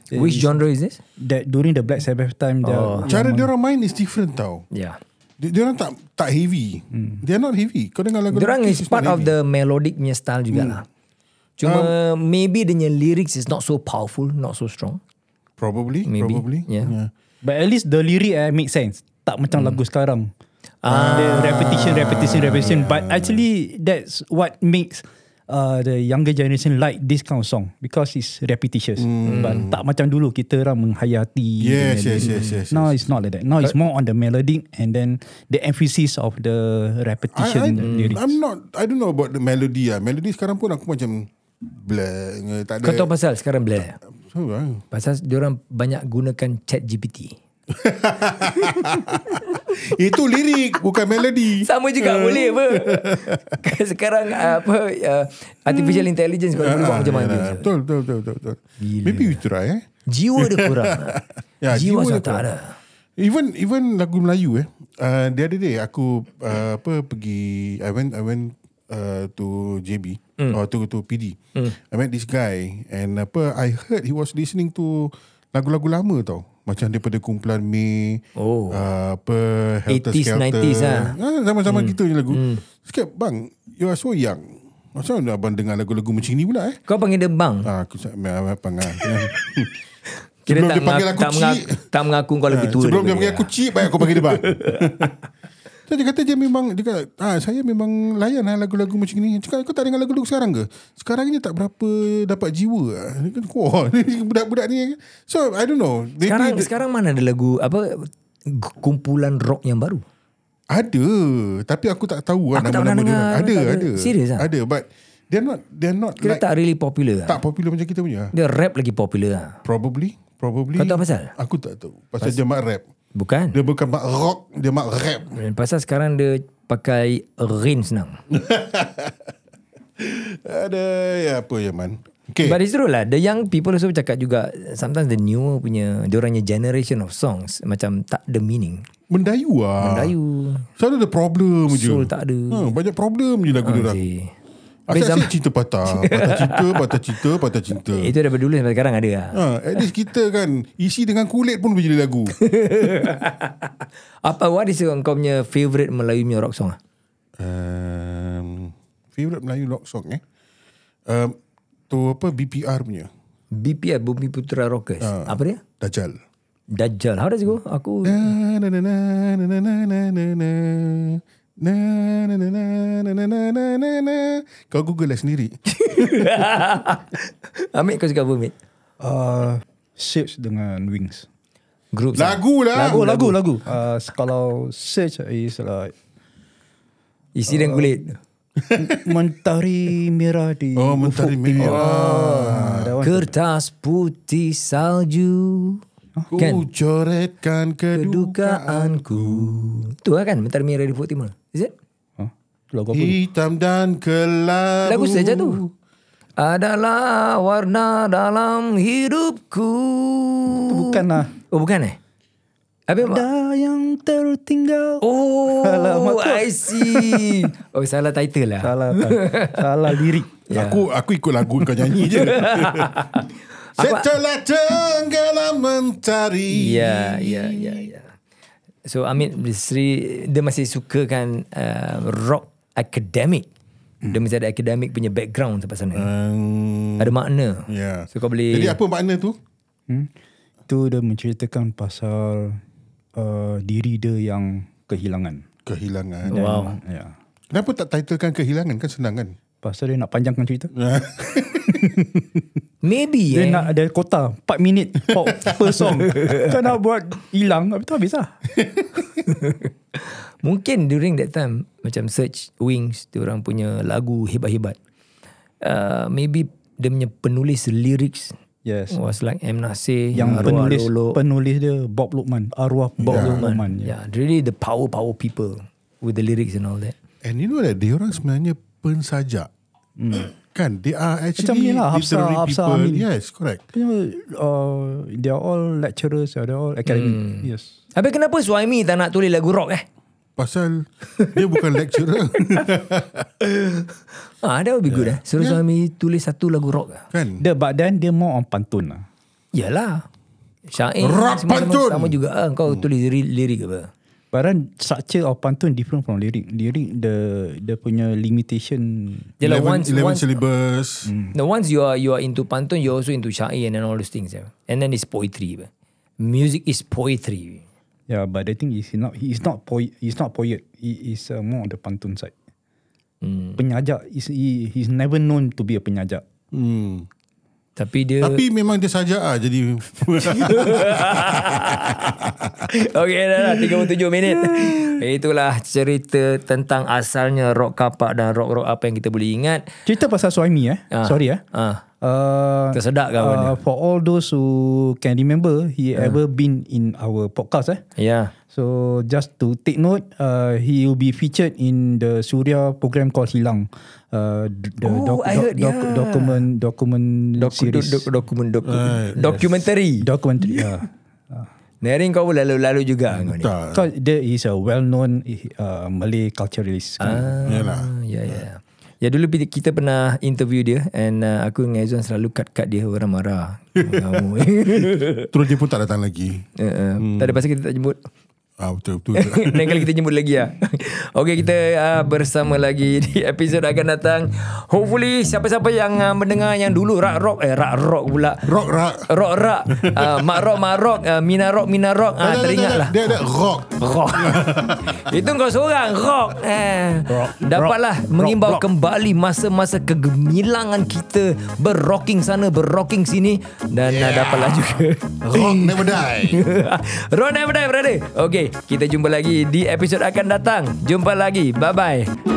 [SPEAKER 3] It
[SPEAKER 2] Which
[SPEAKER 3] is
[SPEAKER 2] genre is this?
[SPEAKER 3] that during the Black Sabbath time they are,
[SPEAKER 1] Cara dia orang main is different tau
[SPEAKER 2] Yeah.
[SPEAKER 1] Dia orang tak tak heavy
[SPEAKER 3] Hmm.
[SPEAKER 1] They are not heavy Kau dengar lagu
[SPEAKER 2] Diorang
[SPEAKER 1] Kiss
[SPEAKER 2] is part
[SPEAKER 1] not
[SPEAKER 2] of
[SPEAKER 1] heavy.
[SPEAKER 2] the melodic punya style
[SPEAKER 1] Hmm.
[SPEAKER 2] jugalah. Cuma
[SPEAKER 1] Um,
[SPEAKER 2] maybe dia punya lyrics is not so powerful, not so strong.
[SPEAKER 1] Probably
[SPEAKER 2] Maybe,
[SPEAKER 1] Probably
[SPEAKER 2] yeah.
[SPEAKER 3] but at least the lyric eh, make sense. Tak macam lagu sekarang. Ah. The repetition, repetition, repetition. But actually that's what makes uh, the younger generation like this kind of song because it's repetitious. But tak macam dulu kita orang menghayati.
[SPEAKER 1] Yes,
[SPEAKER 3] dengan
[SPEAKER 1] yes,
[SPEAKER 3] dia.
[SPEAKER 1] yes, yes,
[SPEAKER 3] Now it's not like that. Now it's more on the melodic and then the emphasis of the
[SPEAKER 1] I, I,
[SPEAKER 3] repetition lyrics.
[SPEAKER 1] I'm not I don't know about the melody lah Melody sekarang pun aku macam Black Tak ada
[SPEAKER 2] Kau tahu pasal sekarang Blair?
[SPEAKER 1] So, ah.
[SPEAKER 2] Pasal diorang banyak gunakan chat GPT.
[SPEAKER 1] Itu lirik Bukan melody
[SPEAKER 2] Sama juga
[SPEAKER 1] Hmm.
[SPEAKER 2] boleh apa. Sekarang uh, apa uh, artificial intelligence kau boleh buat
[SPEAKER 1] Ah,
[SPEAKER 2] macam mana.
[SPEAKER 1] yalah. Betul betul betul betul, betul. Maybe we try eh
[SPEAKER 2] Jiwa dia kurang.
[SPEAKER 1] Ya, jiwa
[SPEAKER 2] jiwa, jiwa
[SPEAKER 1] dia
[SPEAKER 2] tak
[SPEAKER 1] kurang.
[SPEAKER 2] ada.
[SPEAKER 1] Even even lagu Melayu eh. Uh, the other day aku uh, apa pergi I went I went uh, to JB
[SPEAKER 2] Hmm.
[SPEAKER 1] mm. or to to PD. Mm. I met this guy and apa I heard he was listening to lagu-lagu lama tau. Macam daripada kumpulan May
[SPEAKER 2] Oh.
[SPEAKER 1] uh, apa Helter
[SPEAKER 2] 80s,
[SPEAKER 1] Skelter
[SPEAKER 2] 90s ah. Hmm.
[SPEAKER 1] Ah, Zaman-zaman kita punya lagu mm. Sikit bang You are so young Macam mana abang dengar lagu-lagu macam ni pula eh
[SPEAKER 2] Kau panggil dia bang.
[SPEAKER 1] Ah, aku cakap apa ngah.
[SPEAKER 2] Kira
[SPEAKER 1] Sebelum
[SPEAKER 2] tak,
[SPEAKER 1] dia panggil
[SPEAKER 2] mengaku,
[SPEAKER 1] aku
[SPEAKER 2] tak, mengaku,
[SPEAKER 1] cik.
[SPEAKER 2] tak mengaku kau lebih
[SPEAKER 1] Ah,
[SPEAKER 2] tua.
[SPEAKER 1] Sebelum dia
[SPEAKER 2] daripada
[SPEAKER 1] panggil aku cik Baik aku panggil dia bang So dia kata dia memang dia kata, ah, Saya memang layan lah lagu-lagu macam ni Dia Cakap kau tak dengar lagu-lagu sekarang ke Sekarang ni tak berapa dapat jiwa lah. Dia kata, Wah ni budak-budak ni So I don't know Maybe
[SPEAKER 2] Sekarang
[SPEAKER 1] dia-
[SPEAKER 2] sekarang mana ada lagu apa kumpulan rock yang baru?
[SPEAKER 1] Ada Tapi aku tak tahu lah
[SPEAKER 2] Aku tak pernah
[SPEAKER 1] Nama-nama dia
[SPEAKER 2] dengar,
[SPEAKER 1] orang. Ada
[SPEAKER 2] tak ada.
[SPEAKER 1] ada
[SPEAKER 2] Serious ah?
[SPEAKER 1] Ada but They're not They're not
[SPEAKER 2] Kira
[SPEAKER 1] like,
[SPEAKER 2] tak really
[SPEAKER 1] Tak
[SPEAKER 2] popular. Tak.
[SPEAKER 1] popular macam kita punya
[SPEAKER 2] Dia rap lagi popular lah.
[SPEAKER 1] Probably Probably
[SPEAKER 2] Kau tahu pasal?
[SPEAKER 1] Aku tak tahu Pasal dia mak rap
[SPEAKER 2] Bukan?
[SPEAKER 1] Dia bukan mak rock Dia mak rap
[SPEAKER 2] Pasal sekarang dia pakai rain senang.
[SPEAKER 1] Ada ya apa ya man Okay
[SPEAKER 2] But it's true lah. The young people also cakap juga sometimes the newer punya orangnya generation of songs macam tak ada meaning.
[SPEAKER 1] Mendayu lah
[SPEAKER 2] Melayu,
[SPEAKER 1] Selalu ada problem je
[SPEAKER 2] soul tak ada.
[SPEAKER 1] ha, Banyak problem je lagu diorang
[SPEAKER 2] Eh.
[SPEAKER 1] Asyik-asyik cinta patah Patah cinta Patah cinta Patah cinta
[SPEAKER 2] Itu daripada dulu sampai sekarang ada lah.
[SPEAKER 1] ha, At least kita kan Isi dengan kulit pun boleh jadi lagu
[SPEAKER 2] Apa what is kau punya favourite Melayu punya rock song? ah?
[SPEAKER 1] um, Favourite Melayu rock song eh um, Tu apa BPR punya
[SPEAKER 2] BPR Bumi Putera lah, Rockers. Apa dia?
[SPEAKER 1] Dajjal
[SPEAKER 2] Dajjal. How does it go? Aku
[SPEAKER 1] Na, na, na, na, na, na, na, na, na, na. Na, na, na, na, na, na, na, na, na, na. Kau google lah sendiri
[SPEAKER 2] Ambil kau suka apa Amik?
[SPEAKER 3] Uh, shapes dengan wings.
[SPEAKER 2] Groups ah.
[SPEAKER 1] Lagu lah
[SPEAKER 3] Lagu, lagu, lagu. Uh, kalau search is like
[SPEAKER 2] Isi dan kulit.
[SPEAKER 3] Mentari Merah di
[SPEAKER 1] Oh mentari
[SPEAKER 3] ufuk timur.
[SPEAKER 1] merah
[SPEAKER 3] Ah, that one.
[SPEAKER 2] Kertas putih salju.
[SPEAKER 1] Ku
[SPEAKER 2] Kan?
[SPEAKER 1] coretkan kedukaan
[SPEAKER 2] Kedukaanku. Tu lah kan Mentari Merah di Pukul Timur. Is it?
[SPEAKER 3] Huh? Lagu apa?
[SPEAKER 1] Hitam dan kelabu
[SPEAKER 2] Lagu saja tu. Adalah warna dalam hidupku.
[SPEAKER 3] Bukan lah.
[SPEAKER 2] Oh bukan eh? Habis apa?
[SPEAKER 3] Ada yang tertinggal.
[SPEAKER 2] Oh,
[SPEAKER 3] Alamak, tu.
[SPEAKER 2] I see. Oh, salah title lah.
[SPEAKER 3] Salah, kan? salah lirik.
[SPEAKER 1] Ya. Aku aku ikut lagu kau nyanyi je Setelah tenggelam mentari
[SPEAKER 2] Ya, ya, ya, ya. So Amit Bisri dia masih sukakan uh, rock academic. Dia masih ada academic punya background sampai sana.
[SPEAKER 1] Hmm,
[SPEAKER 2] Ada makna.
[SPEAKER 1] Ya.
[SPEAKER 2] So kau boleh
[SPEAKER 1] Jadi apa makna tu?
[SPEAKER 3] Hmm? Itu dia menceritakan pasal uh, diri dia yang kehilangan.
[SPEAKER 1] Kehilangan
[SPEAKER 2] Wow.
[SPEAKER 3] Ya. Yeah.
[SPEAKER 1] Kenapa tak titlekan kehilangan kan senang kan?
[SPEAKER 3] Pasal dia nak panjangkan cerita.
[SPEAKER 2] Maybe
[SPEAKER 3] Dia
[SPEAKER 2] eh.
[SPEAKER 3] nak ada kota 4 minit per, per song. Kau nak buat hilang, habis tu habis lah.
[SPEAKER 2] Mungkin during that time macam search Wings dia orang punya lagu hebat-hebat. Uh, maybe dia punya penulis lyrics
[SPEAKER 3] Yes.
[SPEAKER 2] was like M Nasir
[SPEAKER 3] Oh, Yang
[SPEAKER 2] Arwah
[SPEAKER 3] penulis
[SPEAKER 2] Lolo.
[SPEAKER 3] penulis dia Bob Lukman. Arwah Bob yeah. Lukman. Yeah.
[SPEAKER 2] Yeah, really the power power people with the lyrics and all that.
[SPEAKER 1] And you know that Dia orang sebenarnya pensajak mm. Kan They are actually
[SPEAKER 3] Macam ni lah, Hafsah-
[SPEAKER 1] literary
[SPEAKER 3] Hafsah
[SPEAKER 1] people
[SPEAKER 3] Amin.
[SPEAKER 1] Yes correct
[SPEAKER 3] Uh, they are all lecturers, they are all academic. Yes.
[SPEAKER 2] Habis kenapa Suhaimi tak nak tulis lagu rock eh?
[SPEAKER 1] Pasal Dia bukan lecturer
[SPEAKER 2] Ah, that would be good eh. Suruh yeah. Suhaimi tulis satu lagu rock lah.
[SPEAKER 1] Kan
[SPEAKER 3] The, but then dia more on pantun lah.
[SPEAKER 2] Yalah. Syair
[SPEAKER 1] Rock
[SPEAKER 2] semua sama,
[SPEAKER 1] pantun.
[SPEAKER 2] sama juga ah. Kau
[SPEAKER 3] Hmm.
[SPEAKER 2] tulis ri- lirik apa?
[SPEAKER 3] But then structure of pantun different from lyric. Lyric the the punya limitation.
[SPEAKER 2] Yalah
[SPEAKER 1] 11,
[SPEAKER 2] once
[SPEAKER 1] 11
[SPEAKER 2] once
[SPEAKER 1] syllabus
[SPEAKER 2] No, once you are you are into pantun, you're also into syair and then all those things. Yeah. And then it's poetry. Yeah. Music is poetry.
[SPEAKER 3] Yeah, but the thing is he not he is not poet he's not poet. He is uh, more on the pantun side.
[SPEAKER 2] Hmm.
[SPEAKER 3] Mm. Penyajak is he, he's never known to be a penyajak.
[SPEAKER 1] hmm.
[SPEAKER 2] Tapi dia
[SPEAKER 1] Tapi memang dia saja ah Jadi
[SPEAKER 2] Okay dah, dah 37 minit Eh, Itulah cerita tentang asalnya rock kapak dan rock-rock apa yang kita boleh ingat
[SPEAKER 3] Cerita pasal suami eh.
[SPEAKER 2] Ah.
[SPEAKER 3] Sorry eh.
[SPEAKER 2] Ah,
[SPEAKER 3] Uh,
[SPEAKER 2] Tersedak kawan
[SPEAKER 3] uh, for all those who can remember he
[SPEAKER 2] Ah.
[SPEAKER 3] ever been in our podcast eh.
[SPEAKER 2] Ya
[SPEAKER 3] So just to take note, uh, he will be featured in the Surya program called Hilang, uh, d- the
[SPEAKER 2] Oh, I heard, yeah.
[SPEAKER 3] document document
[SPEAKER 2] Doku,
[SPEAKER 3] series
[SPEAKER 2] dok, dokumen doku, documentary.
[SPEAKER 3] documentary. yeah.
[SPEAKER 2] Nering kau pun lalu-lalu juga kau ni.
[SPEAKER 1] Tak
[SPEAKER 3] Because there is a well-known uh, Malay culturalist. Uh,
[SPEAKER 1] Yalah
[SPEAKER 2] Ya ya. Ya dulu pi- kita pernah interview dia and uh, aku dengan Aizwan selalu cut-cut dia orang marah. Kamu.
[SPEAKER 1] Terus dia pun tak datang lagi
[SPEAKER 2] Uh, uh,
[SPEAKER 3] Hmm.
[SPEAKER 2] Tak ada pasal kita tak jemput.
[SPEAKER 1] ah, Betul betul, betul.
[SPEAKER 2] Lain kali kita jemput lagi lah Okay kita uh, bersama lagi Di episod akan datang Hopefully Siapa-siapa yang uh, mendengar Yang dulu Rak rock Eh rak rock pula
[SPEAKER 1] Rock rock
[SPEAKER 2] Rock rak uh, Mak rock mak rock uh, Mina rock mina
[SPEAKER 1] Tak,
[SPEAKER 2] rock uh,
[SPEAKER 1] tak, tak,
[SPEAKER 2] Teringat
[SPEAKER 1] tak,
[SPEAKER 2] lah
[SPEAKER 1] Dia ada rock
[SPEAKER 2] Rock Itu kau seorang Rock, eh.
[SPEAKER 3] Rock.
[SPEAKER 2] Dapatlah
[SPEAKER 3] Rock.
[SPEAKER 2] Mengimbau
[SPEAKER 3] Rock.
[SPEAKER 2] kembali Masa-masa kegemilangan kita Berrocking sana Berrocking sini Dan yeah. dapatlah juga
[SPEAKER 1] Rock never die
[SPEAKER 2] Ron Never Die brother Okay Kita jumpa lagi Di episod akan datang Jumpa lagi Bye bye